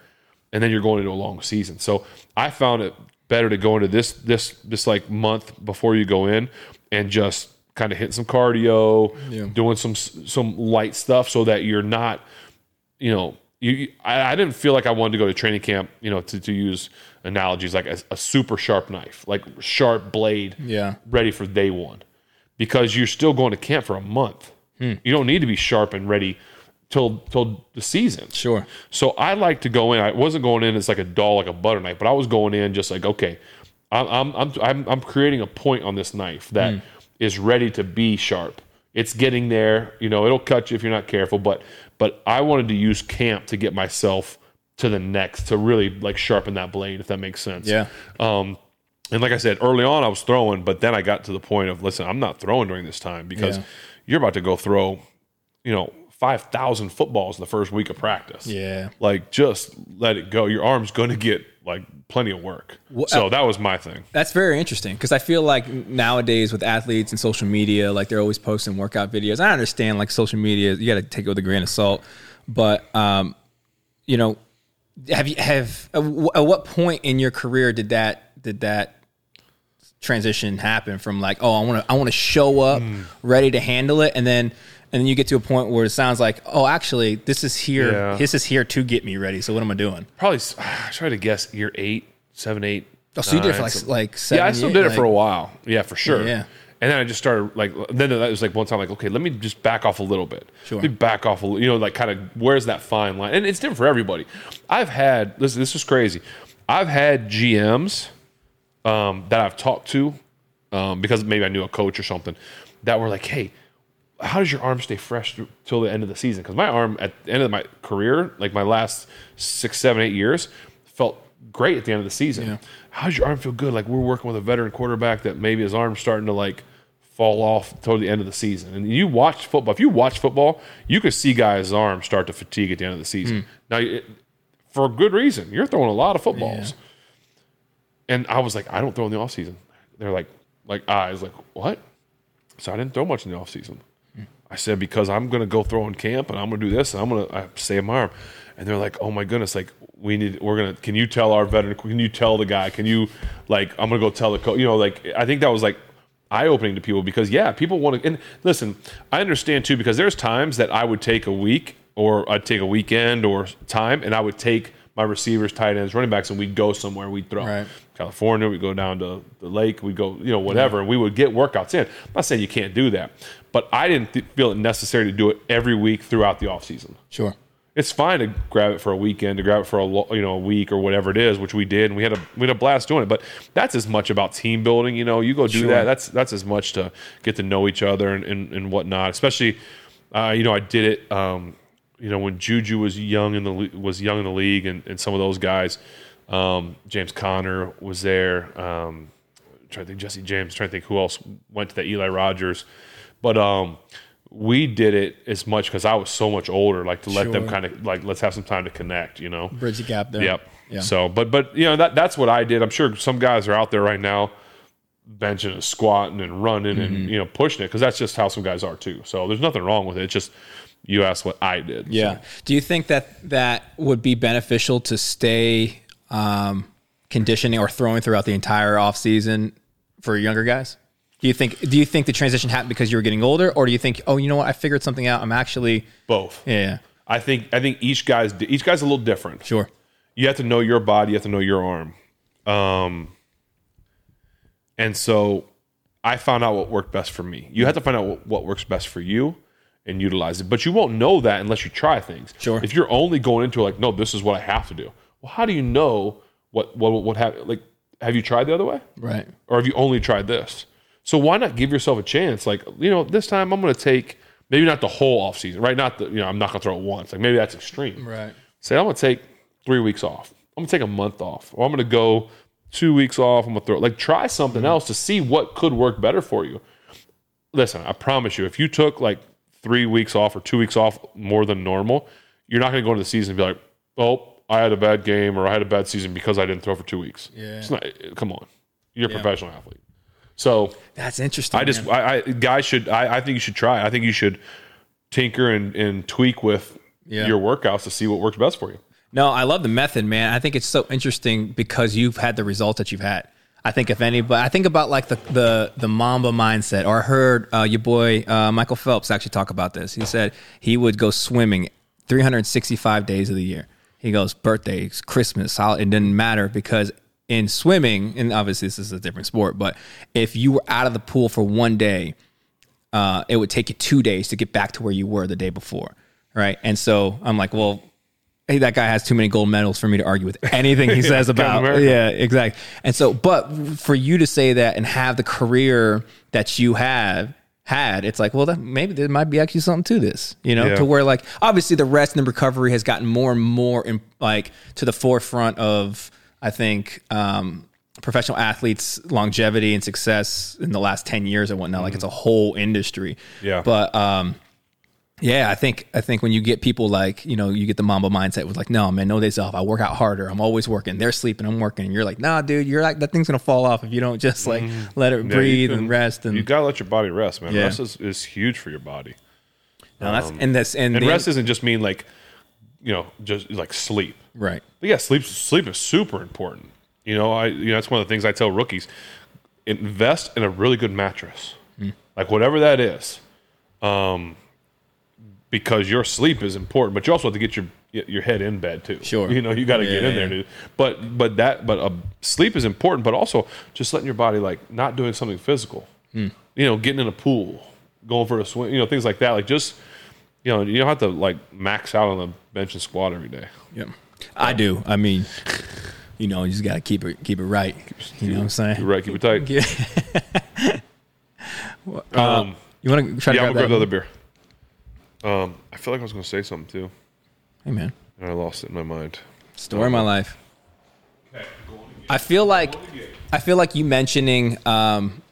and then you're going into a long season. So I found it better to go into this this this like month before you go in and just kind of hit some cardio, doing some some light stuff so that you're not you know, you, you- I, I didn't feel like I wanted to go to training camp, you know, to, to use analogies like a, a super sharp knife, like sharp blade,
Yeah.
ready for day one, because you're still going to camp for a month. You don't need to be sharp and ready till till the season.
sure.
So I like to go in. I wasn't going in as like a doll, like a butter knife, but I was going in just like, okay, I'm I'm I'm I'm, I'm creating a point on this knife that is ready to be sharp. It's getting there. You know, it'll cut you if you're not careful. But but I wanted to use camp to get myself to the next to really like sharpen that blade, if that makes sense.
Yeah.
Um, and like I said, early on I was throwing, but then I got to the point of listen, I'm not throwing during this time because
Yeah.
you're about to go throw, you know, five thousand footballs in the first week of practice.
Yeah.
Like just let it go. Your arm's gonna get like plenty of work. so that was my thing.
That's very interesting because I feel like nowadays with athletes and social media, like they're always posting workout videos. I understand like social media, you got to take it with a grain of salt, but um, you know, have you have at wh- at what point in your career did that did that transition happen from like, oh, I want to I want to show up
Hmm.
ready to handle it, and then and then you get to a point where it sounds like, oh, actually, this is here.
Yeah.
This is here to get me ready. So what am I doing?
Probably, s- I try to guess year eight, seven, eight.
Oh, so you did it for
nine,
like
something.
like seven,
yeah, I still
eight,
did it
like-
for a while. Yeah, for sure.
Yeah.
And then I just started like then that was like one time like okay let me just back off a little bit.
Sure.
Let me back off a li- you know like kind of where's that fine line and it's different for everybody. I've had this this is crazy. I've had GMs um, that I've talked to um, because maybe I knew a coach or something that were like hey how does your arm stay fresh through, till the end of the season? Because my arm at the end of my career, like my last six, seven, eight years, felt great at the end of the season. How does your arm feel good? Like we're working with a veteran quarterback that maybe his arm's starting to like fall off toward the end of the season. And you watch football. If you watch football, you could see guys' arms start to fatigue at the end of the season. Now, it, for good reason, you're throwing a lot of footballs. And I was like, I don't throw in the offseason. They're like, like I was like, what? So I didn't throw much in the offseason. I said because I'm gonna go throw in camp and I'm gonna do this and I'm gonna I save my arm. And they're like, oh my goodness, like we need we're gonna can you tell our veteran can you tell the guy can you like I'm gonna go tell the coach you know like I think that was like eye opening to people because yeah people want to and listen I understand too because there's times that I would take a week or I'd take a weekend or time and I would take my receivers tight ends running backs and we'd go somewhere we'd throw
Right.
California, we go down to the lake, we go, you know, whatever, and we would get workouts in. I'm not saying you can't do that, but I didn't th- feel it necessary to do it every week throughout the offseason.
Sure.
It's fine to grab it for a weekend, to grab it for a lo- you know a week or whatever it is, which we did, and we had a we had a blast doing it. But that's as much about team building, you know. You go do
Sure.
that. That's that's as much to get to know each other and and, and whatnot. Especially, uh, you know, I did it, um, you know, when Juju was young in the le- was young in the league, and, and some of those guys, um, James Conner was there. Um, trying to think Jesse James, trying to think who else went to the Eli Rogers. But um we did it as much because I was so much older, like to let them
Sure.
kind of like let's have some time to connect, you know.
Bridge the gap there.
Yep.
Yeah.
So, but but you know that that's what I did. I'm sure some guys are out there right now benching and squatting and running
Mm-hmm.
and you know pushing it because that's just how some guys are too. So there's nothing wrong with it. It's just you asked what I did.
Yeah. Do you think that that would be beneficial to stay um, conditioning or throwing throughout the entire offseason for younger guys? Do you think do you think the transition happened because you were getting older or do you think oh you know what I figured something out I'm actually
both.
yeah
I think I think each guy's each guy's a little different.
sure
you have to know your body, you have to know your arm. Um, and so I found out what worked best for me. You have to find out what, what works best for you and utilize it. But you won't know that unless you try things.
Sure.
If you're only going into it like, no, this is what I have to do. Well, how do you know what what what have like have you tried the other way?
right
or have you only tried this? So why not give yourself a chance? Like, you know, this time I'm going to take maybe not the whole offseason, right? Not the, you know, I'm not going to throw it once. Like maybe that's extreme.
Right.
Say I'm going to take three weeks off. I'm going to take a month off, or I'm going to go two weeks off. I'm going to throw like try
Mm-hmm.
something else to see what could work better for you. Listen, I promise you, if you took like three weeks off or two weeks off more than normal, you're not going to go into the season and be like, oh, I had a bad game or I had a bad season because I didn't throw for two weeks.
Yeah.
It's not, eh, come on. You're a professional athlete. So
that's interesting
I just, I, I guys should, I, I think you should try. I think you should tinker and, and tweak with
Yeah.
your workouts to see what works best for you.
No, I love the method, man. I think it's so interesting because you've had the results that you've had. I think if anybody, I think about like the the the Mamba mindset, or I heard uh, your boy uh, Michael Phelps actually talk about this. He said he would go swimming 365 days of the year. He goes birthdays, Christmas, holiday, it didn't matter because in swimming, and obviously this is a different sport, but if you were out of the pool for one day, uh, it would take you two days to get back to where you were the day before, right? And so I'm like, well, hey, that guy has too many gold medals for me to argue with anything he says about.
America.
Yeah, exactly. And so, but for you to say that and have the career that you have had, it's like, well, that, maybe there might be actually something to this, you know,
Yeah.
to where like obviously the rest and the recovery has gotten more and more in, like to the forefront of I think um, professional athletes' longevity and success in the last ten years and whatnot. Like it's a whole industry.
Mm-hmm. Yeah.
But um, yeah, I think I think when you get people like you know you get the Mamba mindset with like no man no days off I work out harder I'm always working they're sleeping I'm working and you're like nah dude you're like that thing's gonna fall off if you don't just like let it breathe
Mm-hmm. can-
and rest and
You got to let your body rest, man.
Yeah.
Rest is, is huge for your body.
No, that's and that's and,
um, And
the-
rest doesn't just mean like, you know, just like sleep.
right
But yeah, sleep sleep is super important. You know, I you know that's one of the things I tell rookies. invest in a really good mattress,
Mm.
like whatever that is, um, because your sleep is important. But you also have to get your your head in bed too.
Sure.
you know you got to get in
Yeah.
there, dude. But but that but uh, sleep is important. But also just letting your body like not doing something physical.
Mm.
You know, getting in a pool, going for a swim. You know, things like that. Like just you know, you don't have to like max out on the bench and squat every day.
Yep. I do. I mean, you know, you just gotta keep it keep it right. You know what I'm saying?
You're right. Keep it tight.
Yeah.
Um,
You want to try
yeah, I'm
to grab, that?
gonna grab the other beer. Um, I feel like I was gonna say something too,
Hey man,
and I lost it in my mind.
story of my life. I feel like I feel like you mentioning um,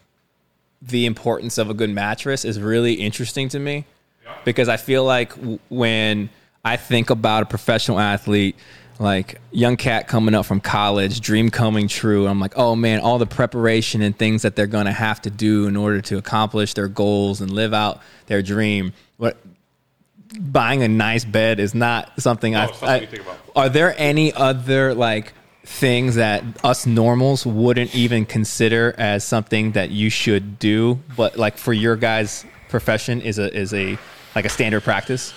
the importance of a good mattress is really interesting to me because I feel like w- when I think about a professional athlete, like young cat coming up from college, dream coming true, I'm like, oh man, all the preparation and things that they're going to have to do in order to accomplish their goals and live out their dream. What buying a nice bed is not something I,
Oh, it's something you
I-
think about.
Are there any other like things that us normals wouldn't even consider as something that you should do, but like for your guys' profession is a is a like a standard practice?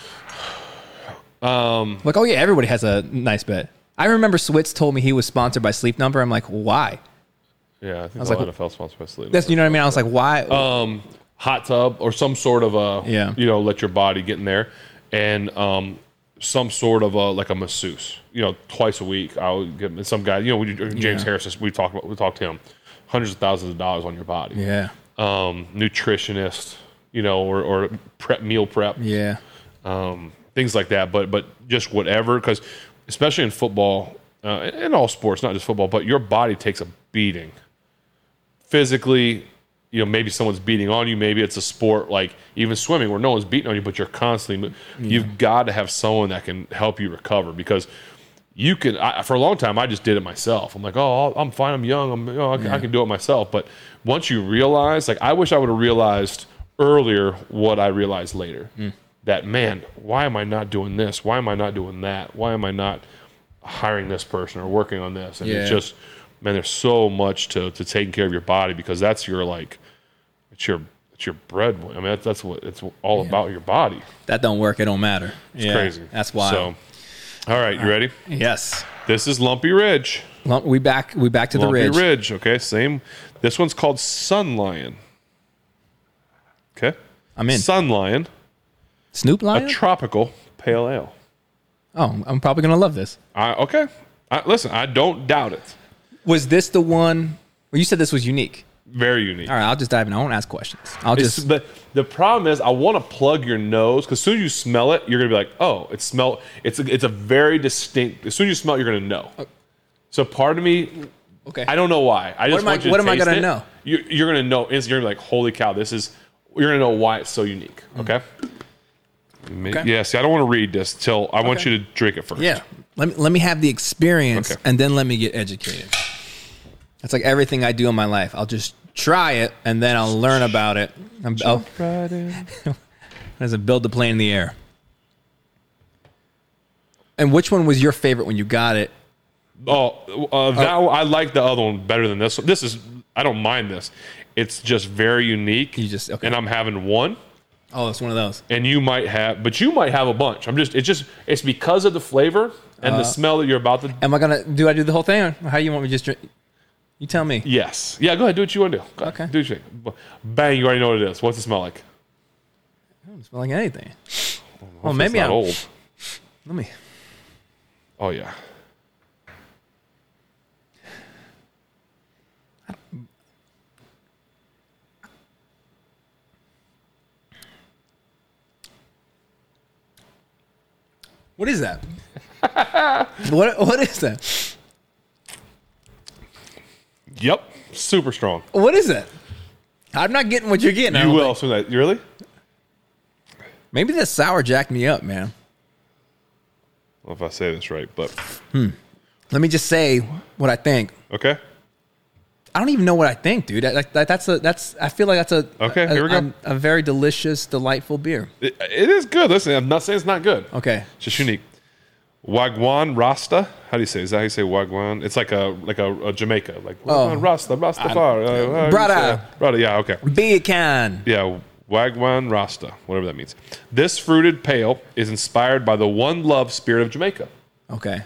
Um, like oh yeah, everybody has a nice bed. I remember Switz told me he was sponsored by Sleep Number. I'm like, why?
Yeah, I think
was
all
like,
NFL sponsored by sleep.
That's you know what I mean. I was like, why?
um, hot tub or some sort of a
Yeah.
you know let your body get in there and um, some sort of a like a masseuse you know twice a week i would get some guy you know we, james
Yeah.
harris we talked about we talked to him hundreds of thousands of dollars on your body
yeah,
um, nutritionist you know or, or prep meal prep
yeah,
um, things like that. But but just whatever, because especially in football, uh, in all sports, not just football, but your body takes a beating physically. You know, maybe someone's beating on you. Maybe it's a sport like even swimming where no one's beating on you, but you're constantly. mo- You've got to have someone that can help you recover because you can. I, for a long time, I just did it myself. I'm like, oh, I'm fine. I'm young. I'm, you know, I, can, I can do it myself. But once you realize, like, I wish I would have realized earlier what I realized later. That man, why am I not doing this? Why am I not doing that? Why am I not hiring this person or working on this? And it's
Yeah.
just, man, there's so much to to taking care of your body because that's your like, it's your it's your bread. I mean, that's, that's what it's all about. Your body.
that don't work. It don't matter. It's
Crazy.
That's why.
So, all right, you ready?
yes.
This is Lumpy Ridge.
Lump, we back. We back to the
Lumpy
ridge.
Ridge. Okay, same. This one's called Sun Lion. Okay,
I'm in.
Sun Lion,
Snoop
a
Lion.
tropical pale ale.
oh, I'm probably gonna love this.
I, okay, I, listen, I don't doubt it.
Was this the one? Well, you said this was unique.
Very unique.
All right, I'll just dive in. I won't ask questions. I'll
It's-
just
the the problem is I want to plug your nose because as soon as you smell it, you're gonna be like, oh, it smell. It's a, it's a very distinct. As soon as you smell, it, you're gonna know. So part of me,
okay.
I don't know why. I just
am I-
want you to
what am I
taste
gonna
it.
know?
You, you're gonna know. It's, you're gonna be like, holy cow, this is. You're gonna know why it's so unique. Okay. Ma-
Okay.
Mm. Yeah. See, I don't want to read this till I want
Okay.
you to drink it first.
Yeah, let me let me have the experience,
Okay.
and then let me get educated. That's like everything I do in my life. I'll just try it, and then I'll learn about it. I'm, I'll,
Right in.
as a build the plane in the air. And which one was your favorite when you got it?
Oh, uh, that one- I like the other one better than this. one. This is I don't mind this. It's just very unique.
You just- okay.
and I'm having one,
Oh, it's one of those.
and you might have, but you might have a bunch. I'm just it's just it's because of the flavor and the smell that you're about to.
Am I gonna do? I do the whole thing, or how you want me to just drink? You tell me.
Yes, yeah. Go ahead, do what you want to do. Go ahead,
Okay.
do what you think. Bang! You already know what it is. What's it smell like?
Doesn't smell like anything. Well,
It's
maybe
not
I'm
old.
Let me.
Oh yeah.
What is that? what what is that?
Yep. Super strong.
What is that? I'm not getting what you're getting. I
You
don't
will soon. That you really?
think. Maybe that sour jacked me up, man.
I don't know if I say this right, but
Let me just say what I think.
okay.
I don't even know what I think, dude. I, like that, that's a that's. I feel like that's a
Okay,
a-
here we go.
an- A, very delicious, delightful beer.
It- it is good. Listen, I'm not saying it's not good.
Okay,
It's just unique. Wagwan Rasta. How do you say? Is that how you say Wagwan? It's like a like a, a Jamaica, like Wagwan Rasta, Rastafari. Uh, how do you
Brother.
say it? brother. Yeah, okay.
Be a can.
Yeah, Wagwan Rasta, whatever that means. This fruited pale is inspired by the one love spirit of Jamaica.
Okay.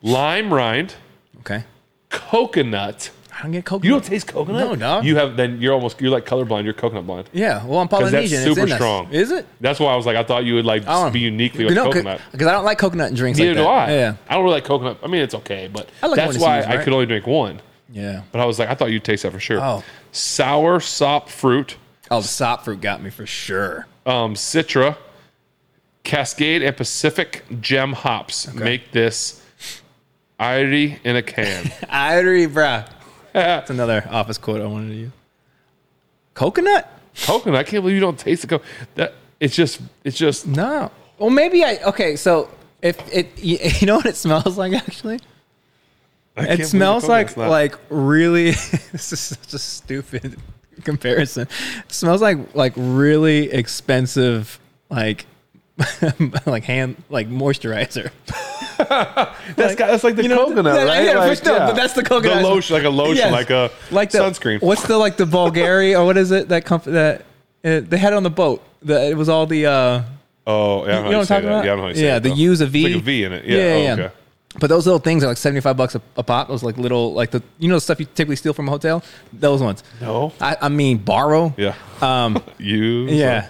Lime rind,
Okay.
coconut.
I don't get coconut.
You don't taste coconut?
No, dog.
You have then you're almost you're like colorblind. You're coconut blind.
yeah. Well, I'm
Because that's
Polynesian. it's
super
in us.
strong.
Is it?
That's why I was like, I thought you would like
I don't-
be uniquely
You
with
know,
coconut.
Because I don't like coconut in drinks.
Neither
like
do
that.
I.
Yeah.
I don't really like coconut. I mean, it's okay, but
I like when
that's
it's
why
used,
I
right?
could only drink one.
Yeah.
But I was like, I thought you'd taste that for sure.
Oh.
Sour sop fruit,
Oh, the sop fruit got me for sure.
um, citra, Cascade, and Pacific gem hops make this Irie in a can.
Irie, bruh. That's another office quote I wanted to use. Coconut?
coconut. I can't believe you don't taste the coconut. That it's just it's just
No. Well, maybe I. Okay, so if it, you, you know what it smells like actually? It smells like like really. this is such a stupid comparison. It smells like like really expensive like like hand like moisturizer.
that's got, that's like the
you know,
coconut,
yeah,
right?
yeah, for
Like,
sure, but that's the coconut.
The lotion, like a lotion,
Yes.
like a
like the,
sunscreen.
What's the like the Bulgari or what is it that comf- that uh, they had on the boat? The, it was all the uh,
Oh, yeah,
You
I
know
don't know
what I'm
how you say
talking
that.
about?
Yeah, I don't know how you say
Yeah,
it,
the
though.
U's a V.
It's like a V in it. Yeah,
Yeah, yeah.
oh, okay.
But those little things are like seventy five bucks a, a pop. Those like little like the you know the stuff you typically steal from a hotel. Those ones.
No.
I, I mean borrow.
Yeah.
Um.
you.
yeah.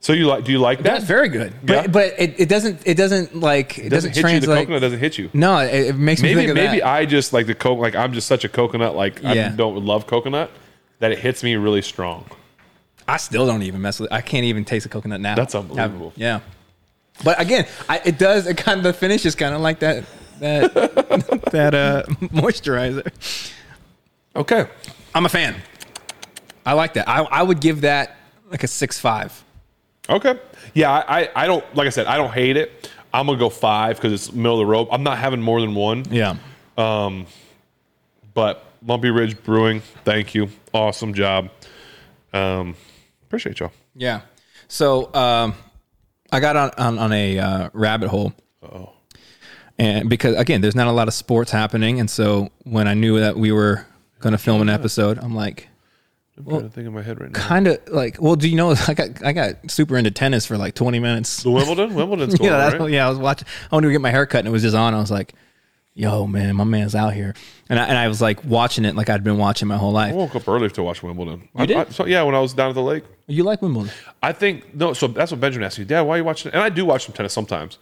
So you like? Do you like that?
That's very good. But
Yeah.
but it, it doesn't it doesn't like it,
It
doesn't,
doesn't, hit you. The
translate.
coconut doesn't hit you.
no, it, it makes me think
Maybe
of
maybe
that.
I just like the coconut. Like I'm just such a coconut. Like I
Yeah.
don't love coconut that it hits me really strong.
I, still don't even mess with. it. I can't even taste a coconut now.
That's unbelievable.
I- yeah. But again, I, it does. It kind of the finish is kind of like that that that uh moisturizer.
Okay.
I'm a fan. I like that. I, I would give that like a six five.
Okay. Yeah. I, I I don't like I said I don't hate it. I'm gonna go five because it's middle of the rope. I'm not having more than one.
Yeah.
But Lumpy Ridge Brewing, thank you. Awesome job. Um, appreciate y'all.
Yeah. So um, I got on on, on a uh, rabbit hole. Oh. And because again, there's not a lot of sports happening, and so when I knew that we were going to film an episode, I'm like,
I'm trying to think in my head right now.
kind of like, well, do you know? I got I got super into tennis for like 20 minutes.
The Wimbledon. Wimbledon's going
yeah,
on,
that's
right?
what, yeah. I was watching. I went to get my hair cut and it was just on. I was like, "Yo, man, my man's out here," and I, and I was like watching it like I'd been watching my whole life.
I woke up early to watch Wimbledon. I,
did?
I- so, yeah, when I was down at the lake.
You like Wimbledon?
I think no. So that's what Benjamin asked me, Dad. Why are you watching? And I do watch some tennis sometimes.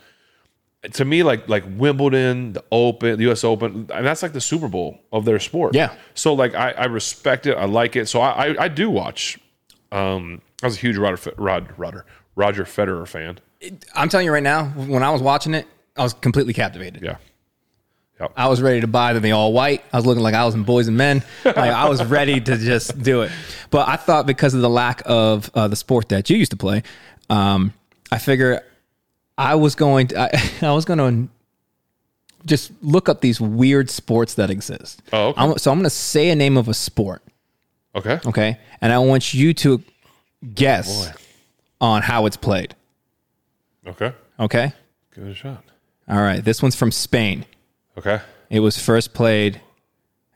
To me, like like Wimbledon, the Open, the U.S. Open, and that's like the Super Bowl of their sport.
Yeah.
So like I, I respect it. I like it. So I I, I do watch. Um, I was a huge Roger Fe- Rod Roger Roger Federer fan.
I'm telling you right now, when I was watching it, I was completely captivated.
Yeah.
I was ready to buy the all white. I was looking like I was in Boys and Men. Like I was ready to just do it. But I thought because of the lack of uh, the sport that you used to play, um, I figure I was going to I, I was going to just look up these weird sports that exist.
Oh, okay.
I'm- so I'm going to say a name of a sport,
Okay.
okay, and I want you to guess on how it's played.
Okay.
Okay.
Give it a shot.
All right. This one's from Spain.
Okay.
It was first played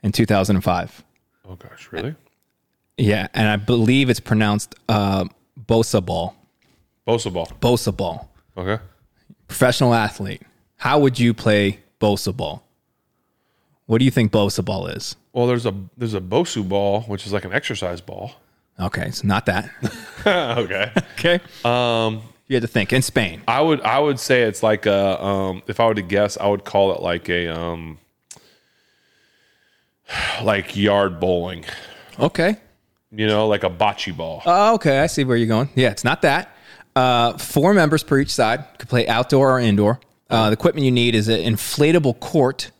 in 2005.
Oh gosh, really?
Yeah, and I believe it's pronounced uh, Bosa ball.
Bosa ball.
Bosa ball.
Okay.
Professional athlete. How would you play Bosa ball? What do you think Bosa ball is?
Well, there's a there's a Bosu ball, which is like an exercise ball.
Okay, it's not that.
okay.
okay. Um, you had to think in Spain.
I would I would say it's like a um, if I were to guess, I would call it like a um, like yard bowling.
Okay.
You know, like a bocce ball.
Oh, okay, I see where you're going. Yeah, it's not that. Uh, four members per each side could play outdoor or indoor. Uh, the equipment you need is an inflatable court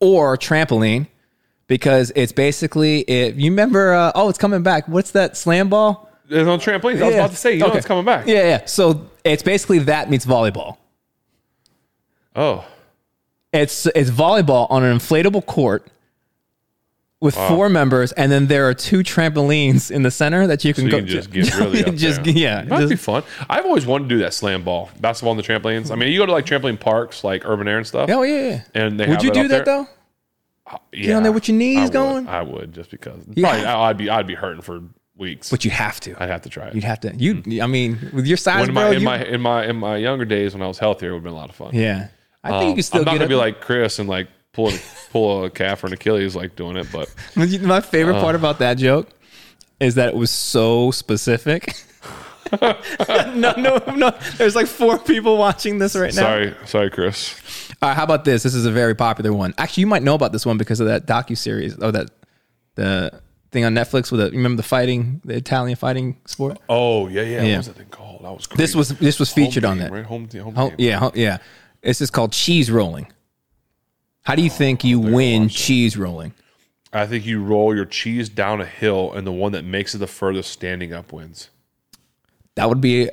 or trampoline because it's basically it. You remember? Uh, oh, it's coming back. What's that slam ball?
it's on trampolines. I was about to say, you know,
Okay.
it's coming back.
Yeah, yeah. So it's basically that meets volleyball.
Oh,
It's it's volleyball on an inflatable court with four members, and then there are two trampolines in the center that you can
You
go
can just get really up
just
there.
yeah,
that'd be
just-
fun. I've always wanted to do that slam ball, basketball on the trampolines. I mean, you go to like trampoline parks, like Urban Air and stuff.
oh yeah. yeah.
And they
Would
have
you
it
do
up
that
there.
though?
Yeah,
on there with your knees
I would.
going?
I would just because.
Yeah.
Probably, I- I'd be I'd be hurting for weeks.
But you have to.
I'd have to try it.
You'd have to. You. I mean, with your size,
Hmm. When in my,
bro.
in
you-
my in my in my younger days when I was healthier, it would have been a lot of fun.
yeah. I think you
Um,
can still
I'm not
get
gonna
up.
be like Chris and like pull a, pull a calf or an Achilles like doing it, but
My favorite part about that joke is that it was so specific. no, no, no. There's like four people watching this right now.
sorry, sorry, Chris.
All right, how about this? This is a very popular one. Actually, you might know about this one because of that docu series or that the thing on Netflix with the remember the fighting, the Italian fighting sport.
Oh yeah, yeah.
Yeah.
What was that thing called? That was crazy.
This was this was
Home
featured on
game,
that.
right? Home, team- home
Oh,
game.
yeah, ho- yeah. This is called cheese rolling. How
Oh,
do you think you win cheese rolling?
I think you roll your cheese down a hill, and the one that makes it the furthest standing up wins.
That would be.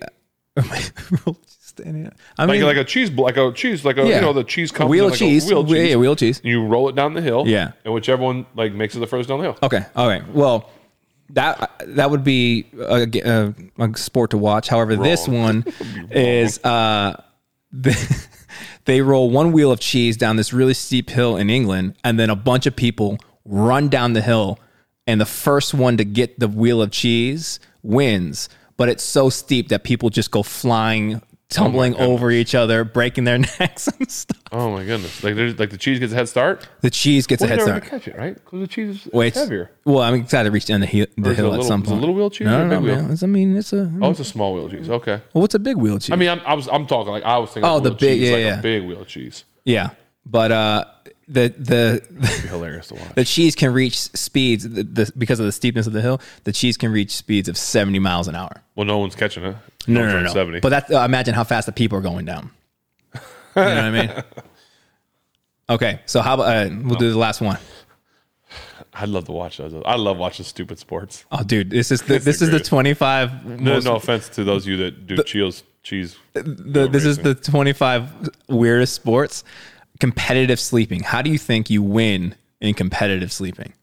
Standing up. I
Like
mean,
like a cheese, like a cheese, like a
yeah.
you know the cheese company,
wheel
like
of cheese,
a wheel of
Wheel-
cheese.
yeah, wheel of cheese.
You roll it down the hill,
Yeah.
and whichever one like makes it the furthest down the hill.
Okay. All right. Well, that that would be a, g- a- a sport to watch. However, this
Wrong.
one is uh, the, they roll one wheel of cheese down this really steep hill in England, and then a bunch of people run down the hill, and the first one to get the wheel of cheese wins. But it's so steep that people just go flying, tumbling over each other, breaking their necks and stuff.
Oh my goodness! Like there's like the cheese gets a head start.
The cheese gets
Well,
a head
you're never
start.
gonna catch it, right? Because the cheese is
Well, it's-
heavier.
Well, I'm excited to reach down the hill, the
Or is it a
hill
little-
at some
is it a
point.
little wheel cheese or
No,
a
no,
big
no,
wheel?
man. It's- I mean, it's a.
Oh, it's a small wheel of cheese. Okay.
Well, what's a big wheel cheese?
I mean, I'm, I was I'm talking like I was thinking.
Mm-hmm. Oh,
like
the
wheel of
big-
cheese,
yeah,
like
yeah.
a big wheel of cheese.
yeah, but uh, the the
It'd be hilarious to watch.
the cheese can reach speeds the, the, because of the steepness of the hill. The cheese can reach speeds of seventy miles an hour.
Well, no one's catching it.
No,
One's
no,
on
no, no.
Seventy.
But that's uh, imagine how fast the people are going down. You know what I mean? Okay, so how about uh, we'll
Oh.
do the last one.
I'd love to watch those. I love watching stupid sports.
Oh, dude, this is the, this
the
is the
greatest.
twenty five.
No, no offense to those of you that do cheese. Cheese.
the, this is the 25 weirdest sports competitive sleeping how do you think you win in competitive sleeping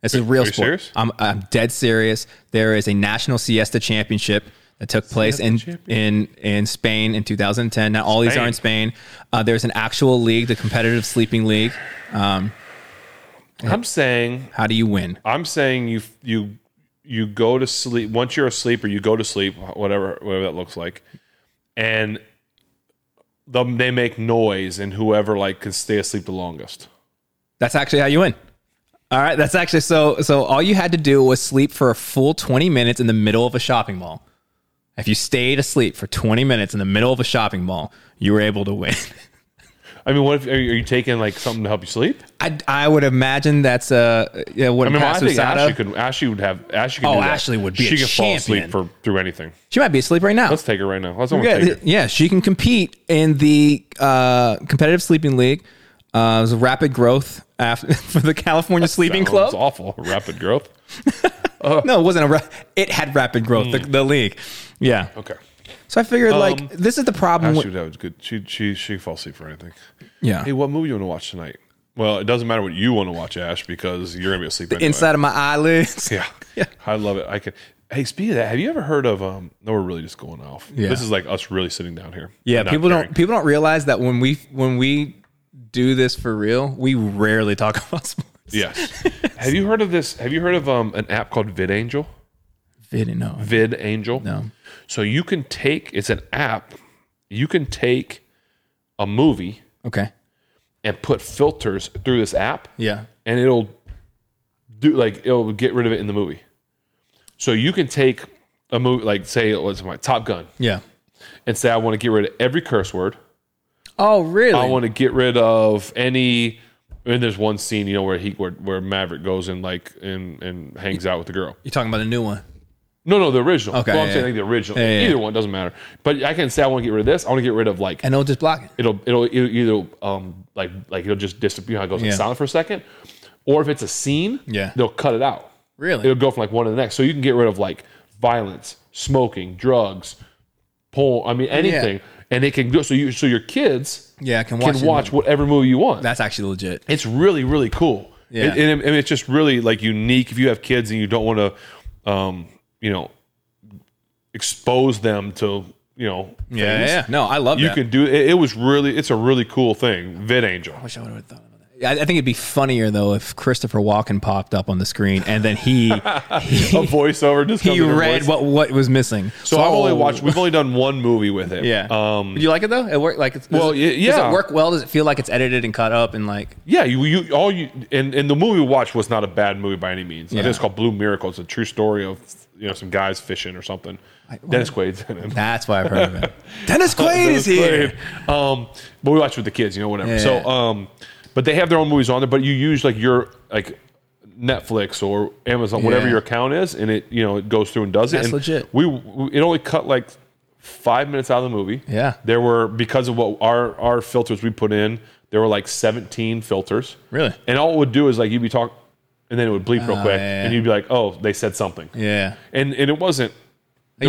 this is a real
are you
sport
serious?
I'm, I'm dead serious there is a national siesta championship that took place in, in in Spain in 2010. Now all these are in Spain. Uh, there's an actual league, the competitive sleeping league.
I'm saying.
How do you win?
I'm saying you you you go to sleep once you're asleep or you go to sleep whatever whatever that looks like, and the, they make noise and whoever like can stay asleep the longest.
That's actually how you win. All right, that's actually so. So all you had to do was sleep for a full twenty minutes in the middle of a shopping mall. If you stayed asleep for twenty minutes in the middle of a shopping mall, you were able to win.
I mean, what if are you, are you taking like something to help you sleep?
I, I would imagine that's a yeah. What
I mean, well, I
passive
think Ashley
Sada.
could. Ashley would have. Ashley could.
Oh,
do that.
Ashley would be
She
a
could fall asleep
champion.
for through anything.
she might be asleep right now.
Let's take her right now. Let's almost
yeah,
take her.
th- yeah, she can compete in the uh, competitive sleeping league. Uh, it was rapid growth after for the California Sleeping
Sounds
Club.
awful. Rapid growth.
No, it wasn't a. Ra- it had rapid growth.
Hmm.
The, the league. Yeah.
Okay.
So I figured
Um,
like this is the problem.
Ashley
With,
would have good. She she she could fall asleep for anything.
yeah.
Hey, what movie you want to watch tonight? Well, it doesn't matter what you want to watch, Ash, because you're gonna be asleep anyway.
inside of my eyelids.
Yeah.
Yeah.
I love it. I can. Hey, speaking of that, have you ever heard of? Um, no, we're really just going off.
Yeah.
This is like us really sitting down here.
Yeah,
Not
people
caring.
don't people don't realize that when we when we do this for real, we rarely talk about sports.
Yes. have you heard of this? Have you heard of um an app called VidAngel?
They didn't know.
VidAngel.
No.
So you can take. It's an app. You can take a movie
Okay.
and put filters through this app.
Yeah.
and it'll do like it'll get rid of it in the movie. So you can take a movie like say it was my Top Gun
Yeah.
and say I want to get rid of every curse word.
Oh really?
I want to get rid of any. And there's one scene you know where he where, where Maverick goes and like and and hangs out with the girl.
You're talking about a new one.
No, no, the original.
Okay,
well, I'm
yeah,
saying
yeah.
like the original.
yeah, yeah.
Either one doesn't matter. But I can say I want to get rid of this. I want to get rid of like
And they'll just block it.
it'll it'll it'll either um like like it'll just disappear. How it goes
Yeah.
like silent for a second, or if it's a scene,
Yeah.
they'll cut it out.
Really?
it'll go from like one to the next. So you can get rid of like violence, smoking, drugs, porn. I mean anything, and it can go. So you so your kids
Yeah, I can watch.
can
it.
watch whatever movie you want.
That's actually legit.
it's really really cool.
Yeah.
It- and, it- and it's just really like unique. If you have kids and you don't want to, um, you know, expose them to, you know,
Yeah, yeah,
things,
yeah. No, I love
you
that.
can do it. It was really, it's a really cool thing. Vid Angel.
Wish I would have thought about that. I, I think it'd be funnier though if Christopher Walken popped up on the screen and then he
A
he,
voiceover just comes
he
in a
read
voice.
what what was missing. Oh.
So I've only watched. We've only done one movie with it.
Yeah.
Um.
Do you like it though? It worked like it's, does
Well,
it-
y-
Does
yeah.
it work well? Does it feel like it's edited and cut up and like
Yeah. You. You. All you. And and the movie we watched was not a bad movie by any means. I
Yeah.
think it's called Blue Miracle. It's a true story of you know some guys fishing or something. Dennis Quaid's in it.
that's why I've heard of it. Dennis Quaid is
Dennis
here.
Quaid. Um. But we watched with the kids. You know whatever.
Yeah.
So um. But they have their own movies on there. But you use like your like. Netflix or Amazon, whatever
Yeah.
your account is, and it you know it goes through and does it.
That's
and
legit.
We we- it only cut like five minutes out of the movie.
Yeah.
There were because of what our our filters we put in, there were like 17 filters.
Really?
And all it would do is like you'd be talking and then it would bleep real
Oh,
quick
yeah.
and you'd be like, "Oh, they said something."
Yeah.
And and it wasn't there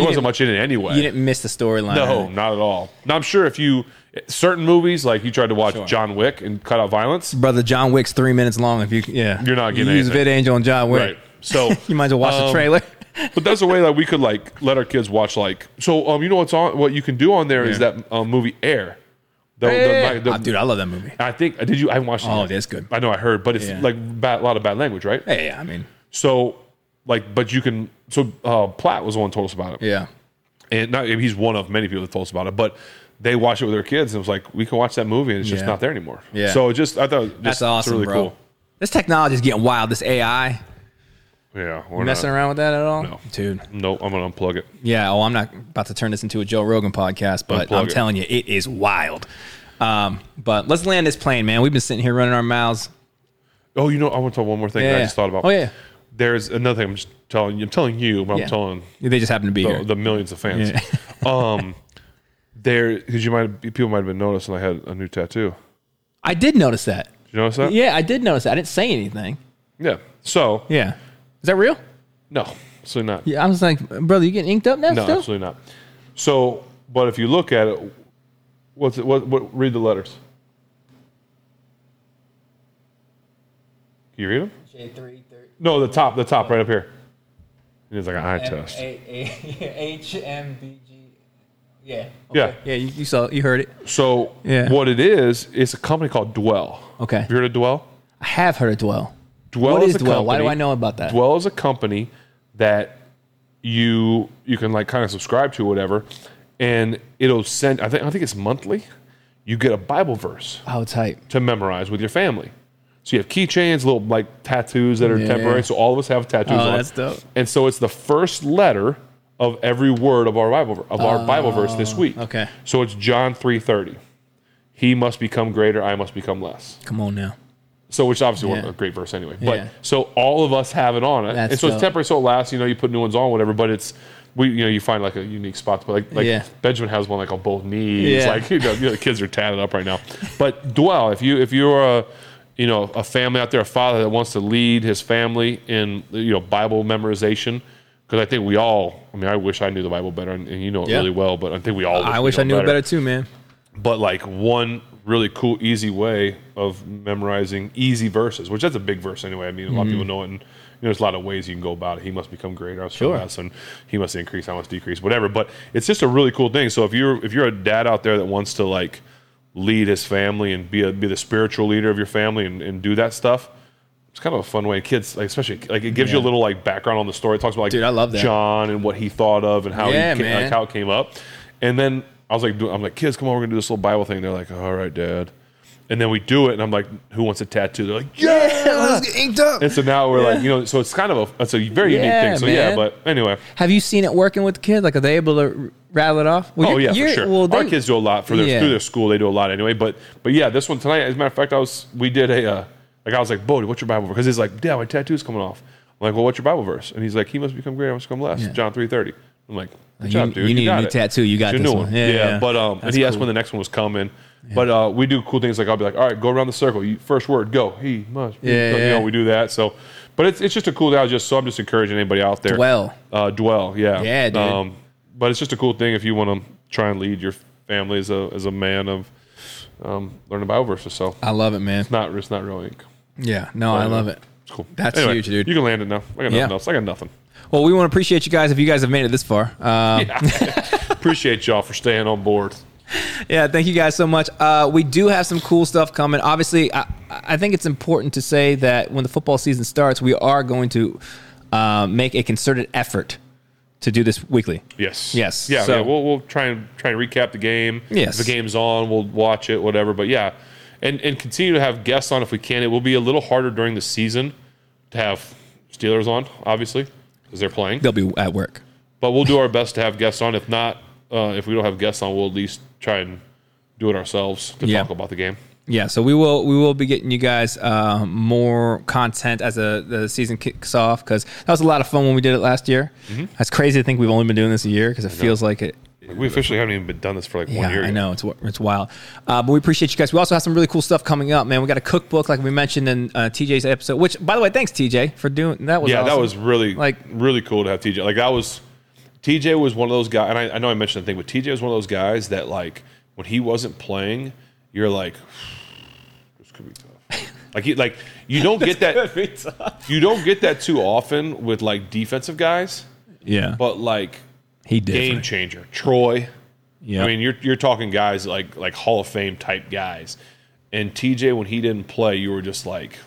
you
wasn't
didn't-
much in it anyway.
You didn't miss the storyline.
No, not at all. Now I'm sure if you certain movies like you tried to watch John Wick and cut out violence,
Brother John Wick's three minutes long. If you yeah,
You're not getting
you use
anything.
Vid Angel and John Wick.
right? So
You might as well watch the
um,
trailer.
but that's a way that we could like let our kids watch like so um you know what's on what you can do on there is that um, movie Air. The, the- the-
Oh, dude, I love that movie.
I think uh, did you? I haven't watched. it
Oh,
yet.
that's good.
I know I heard, but it's
Yeah.
like bad, a lot of bad language, right?
Hey, I mean,
So, like, but you can. So uh, Platt was the one who told us about it,
yeah.
and not, he's one of many people that told us about it. But they watched it with their kids, and it was like, we can watch that movie, and it's just
Yeah.
not there anymore.
Yeah.
So it just I thought just,
That's awesome,
it's really
bro.
cool.
This technology is getting wild. This AI
Yeah. We're
messing
not,
around with that at all,
No.
dude.
No, I'm gonna unplug it.
Yeah. Oh, I'm not about to turn this into a Joe Rogan podcast, but
Unplug
I'm
it.
telling you, it is wild. Um, but let's land this plane, man. We've been sitting here running our mouths.
Oh, you know, I want to talk one more thing that
Yeah.
I just thought about.
Oh, yeah.
There's another thing I'm just telling you. I'm telling you, but
Yeah.
I'm telling
They just happen to be
the,
here.
the millions of fans. um, there, because you might people might have been noticing I had a new tattoo.
I did notice that.
Did you notice that?
Yeah, I did notice that. I didn't say anything.
Yeah. So
Yeah. Is that real?
no, absolutely not.
Yeah. I was like, brother, you getting inked up now?
no,
still?
absolutely not. So, but if you look at it, what's it? What? what read the letters. Can you read them?
J three thirty.
No, the top, the top, right up here. It's like an eye test.
H M B G. Yeah.
Yeah.
Yeah. You, you saw. You heard it.
So,
Yeah.
what it is? It's a company called Dwell.
Okay.
Have you heard of Dwell?
I have heard of dwell.
Dwell
what
is,
is
a
dwell?
company.
Why do I know about that?
Dwell is a company that you you can like kind of subscribe to, whatever, and it'll send. I think I think it's monthly. You get a Bible verse
Oh, type.
to memorize with your family. So you have keychains, little like tattoos that are
Yeah.
temporary. So all of us have tattoos.
Oh,
on.
that's dope.
And so it's the first letter of every word of our Bible of our Bible verse this week.
Oh, okay.
So it's John three thirty. He must become greater. I must become less.
Come on now.
So, which obviously
Yeah.
wasn't a great verse anyway. But
Yeah.
so all of us have it on it,
That's
and so
dope.
it's temporary, so it lasts. You know, you put new ones on, whatever. But it's we, you know, you find like a unique spot. to put like, like
Yeah.
Benjamin has one like on both knees.
Yeah.
Like you know, you know, the kids are tatted up right now. But dwell if you if you're a you know a family out there, a father that wants to lead his family in you know Bible memorization. Because I think we all, I mean, I wish I knew the Bible better, and, and you know it
Yeah.
really well. But I think we all.
I wish
we
I knew it better too, man.
but like one really cool easy way of memorizing easy verses which that's a big verse anyway i mean a lot of
Mm-hmm.
people know it and you know there's a lot of ways you can go about it he must become greater i must become
Sure.
less and he must increase i must decrease whatever but it's just a really cool thing so if you're if you're a dad out there that wants to like lead his family and be a, be the spiritual leader of your family and, and do that stuff it's kind of a fun way kids like especially like it gives you a
Yeah.
little like background on the story it talks about like
Dude, I love that.
john and what he thought of and how
Yeah,
he came,
man.
like how it came up. And then I was like, do- I'm like, kids, come on, we're gonna do this little Bible thing. They're like, all right, dad. And then we do it, and I'm like, who wants a tattoo? They're like, yeah.
let's get inked up.
And so now we're like, you know, so it's kind of a, it's a very
Yeah,
unique thing. So yeah,
man.
but anyway,
Have you seen it working with the kids? Like, are they able to r- rattle it off? Well,
oh
you're-
yeah, for
you're-
sure.
Well, they,
Our kids do a lot for their
Yeah.
through their school. They do a lot anyway. But but yeah, this one tonight. As a matter of fact, I was we did a uh, like I was like, Bodie, what's your Bible verse? Because he's like, Dad, my tattoo's coming off. I'm like, well, what's your Bible verse? And he's like, he must become great, I must become less. John three thirty. I'm like, good
Oh, You-
job, dude.
you need a
got
new
it.
tattoo. You got
It's
this
your new
one. Yeah, yeah.
But um, and
That's
he asked when the next one was coming. But uh, we do cool things like I'll be like, all right, go around the circle. You, first word, go. He must. be-
Yeah,
you
yeah.
know, we do that. So, but it's it's just a cool day. I was just so I'm just encouraging anybody out there.
Dwell.
Uh, dwell. Yeah.
Yeah, dude.
Um, but it's just a cool thing if you want to try and lead your family as a as a man of um, learning Bible verses. So
I love it, man.
not it's not real ink.
Yeah, no, I love it.
It's cool.
That's huge, dude.
You can land it now. I got nothing
Yeah.
else. I got nothing.
Well, we want to appreciate you guys if you guys have made it this far. Uh,
Appreciate y'all for staying on board.
yeah, thank you guys so much. Uh, we do have some cool stuff coming. Obviously, I, I think it's important to say that when the football season starts, we are going to uh, make a concerted effort to do this weekly.
Yes.
Yes.
Yeah.
So-
yeah. We'll, we'll try and try and recap the game.
Yes.
If the game's on, we'll watch it. Whatever. But yeah, and and continue to have guests on if we can. It will be a little harder during the season to have Steelers on, obviously, because they're playing.
They'll be at work.
But we'll do our best to have guests on. If not, uh, if we don't have guests on, we'll at least try and do it ourselves to
Yeah.
talk about the game.
Yeah, so we will we will be getting you guys uh, more content as the the season kicks off because that was a lot of fun when we did it last year.
Mm-hmm.
That's crazy to think we've only been doing this a year because it feels like it.
We officially haven't even been done this for like
Yeah,
one year.
I
yet.
know it's wi- it's wild, uh, but we appreciate you guys. We also have some really cool stuff coming up, man. We got a cookbook like we mentioned in uh, TJ's episode. Which, by the way, thanks TJ for doing that. Was
Yeah, that
awesome.
was really
Like-
like really cool to have TJ. Like that was TJ was one of those guys, and I, I know I mentioned the thing, but TJ was one of those guys that like when he wasn't playing, you're like, this could be tough. Like he like you don't get that you don't get that too often with like defensive guys,
yeah,
but like
he did.
game changer Troy.
yeah,
I mean, you're you're talking guys like like Hall of Fame type guys, and TJ when he didn't play, you were just like,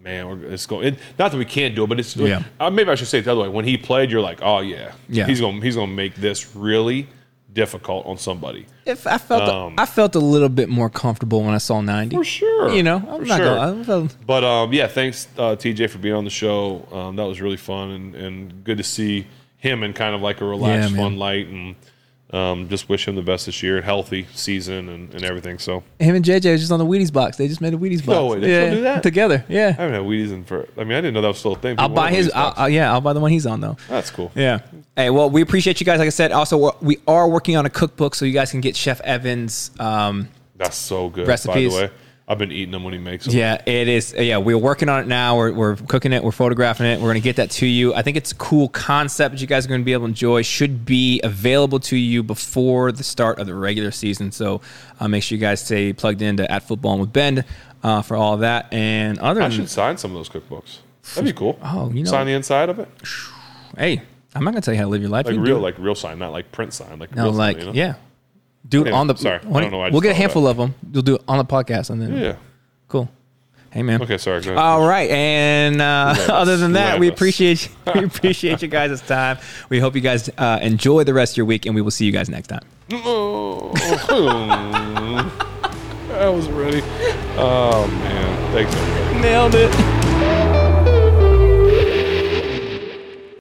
man, we're, it's going. and not that we can't do it, but it's
Yeah.
uh, maybe I should say it the other way. When he played, you're like, oh yeah,
Yeah.
he's gonna he's gonna make this really difficult on somebody
if I felt
um,
I felt a little bit more comfortable when I saw ninety.
for sure.
You know, I'm
For
not
sure.
gonna. I'm,
But um, yeah, thanks uh, TJ for being on the show. Um, that was really fun and, and good to see him in kind of like a relaxed,
Yeah, man.
fun light, and um, just wish him the best this year, healthy season and, and everything. So.
Him and JJ was just on the Wheaties box. They just made a Wheaties box.
No way, they
yeah,
still do that?
together.
I
Yeah,
haven't had Wheaties in for. I mean, I didn't know that was still a thing.
I'll
People
buy
love
his.
Wheaties
I'll,
box.
I'll- yeah, I'll buy the one he's on though.
That's cool.
Yeah. Hey, well, we appreciate you guys. Like I said, also we're, we are working on a cookbook, so you guys can get Chef Evans. Um,
That's so good.
Recipes.
By the way, I've been eating them when he makes them.
yeah, it is. Yeah, we're working on it now. We're, we're cooking it. We're photographing it. We're gonna get that to you. I think it's a cool concept that you guys are gonna be able to enjoy. Should be available to you before the start of the regular season. So uh, make sure you guys stay plugged into at Football with Ben uh, for all of that. And other
I
than
should sign some of those cookbooks. That'd be cool.
Oh, you know-
sign the inside of it,
hey, I'm not gonna tell you how to live your life.
like
You can
real,
do it.
like real sign, not like print sign, like
no,
real
like
sign, you know?
yeah, do it
Anyway,
on the.
sorry, I
why-
don't know why I
We'll get a
just thought of
handful of them. You'll do it on the podcast, and then
yeah.
cool. Hey man.
Okay, sorry. Go ahead.
All right, and uh,
Let us-
other than that,
let
we
us.
appreciate you, we appreciate you guys' time. We hope you guys uh, enjoy the rest of your week, and we will see you guys next time.
Oh, I was ready. Oh man, thanks everybody.
Nailed it.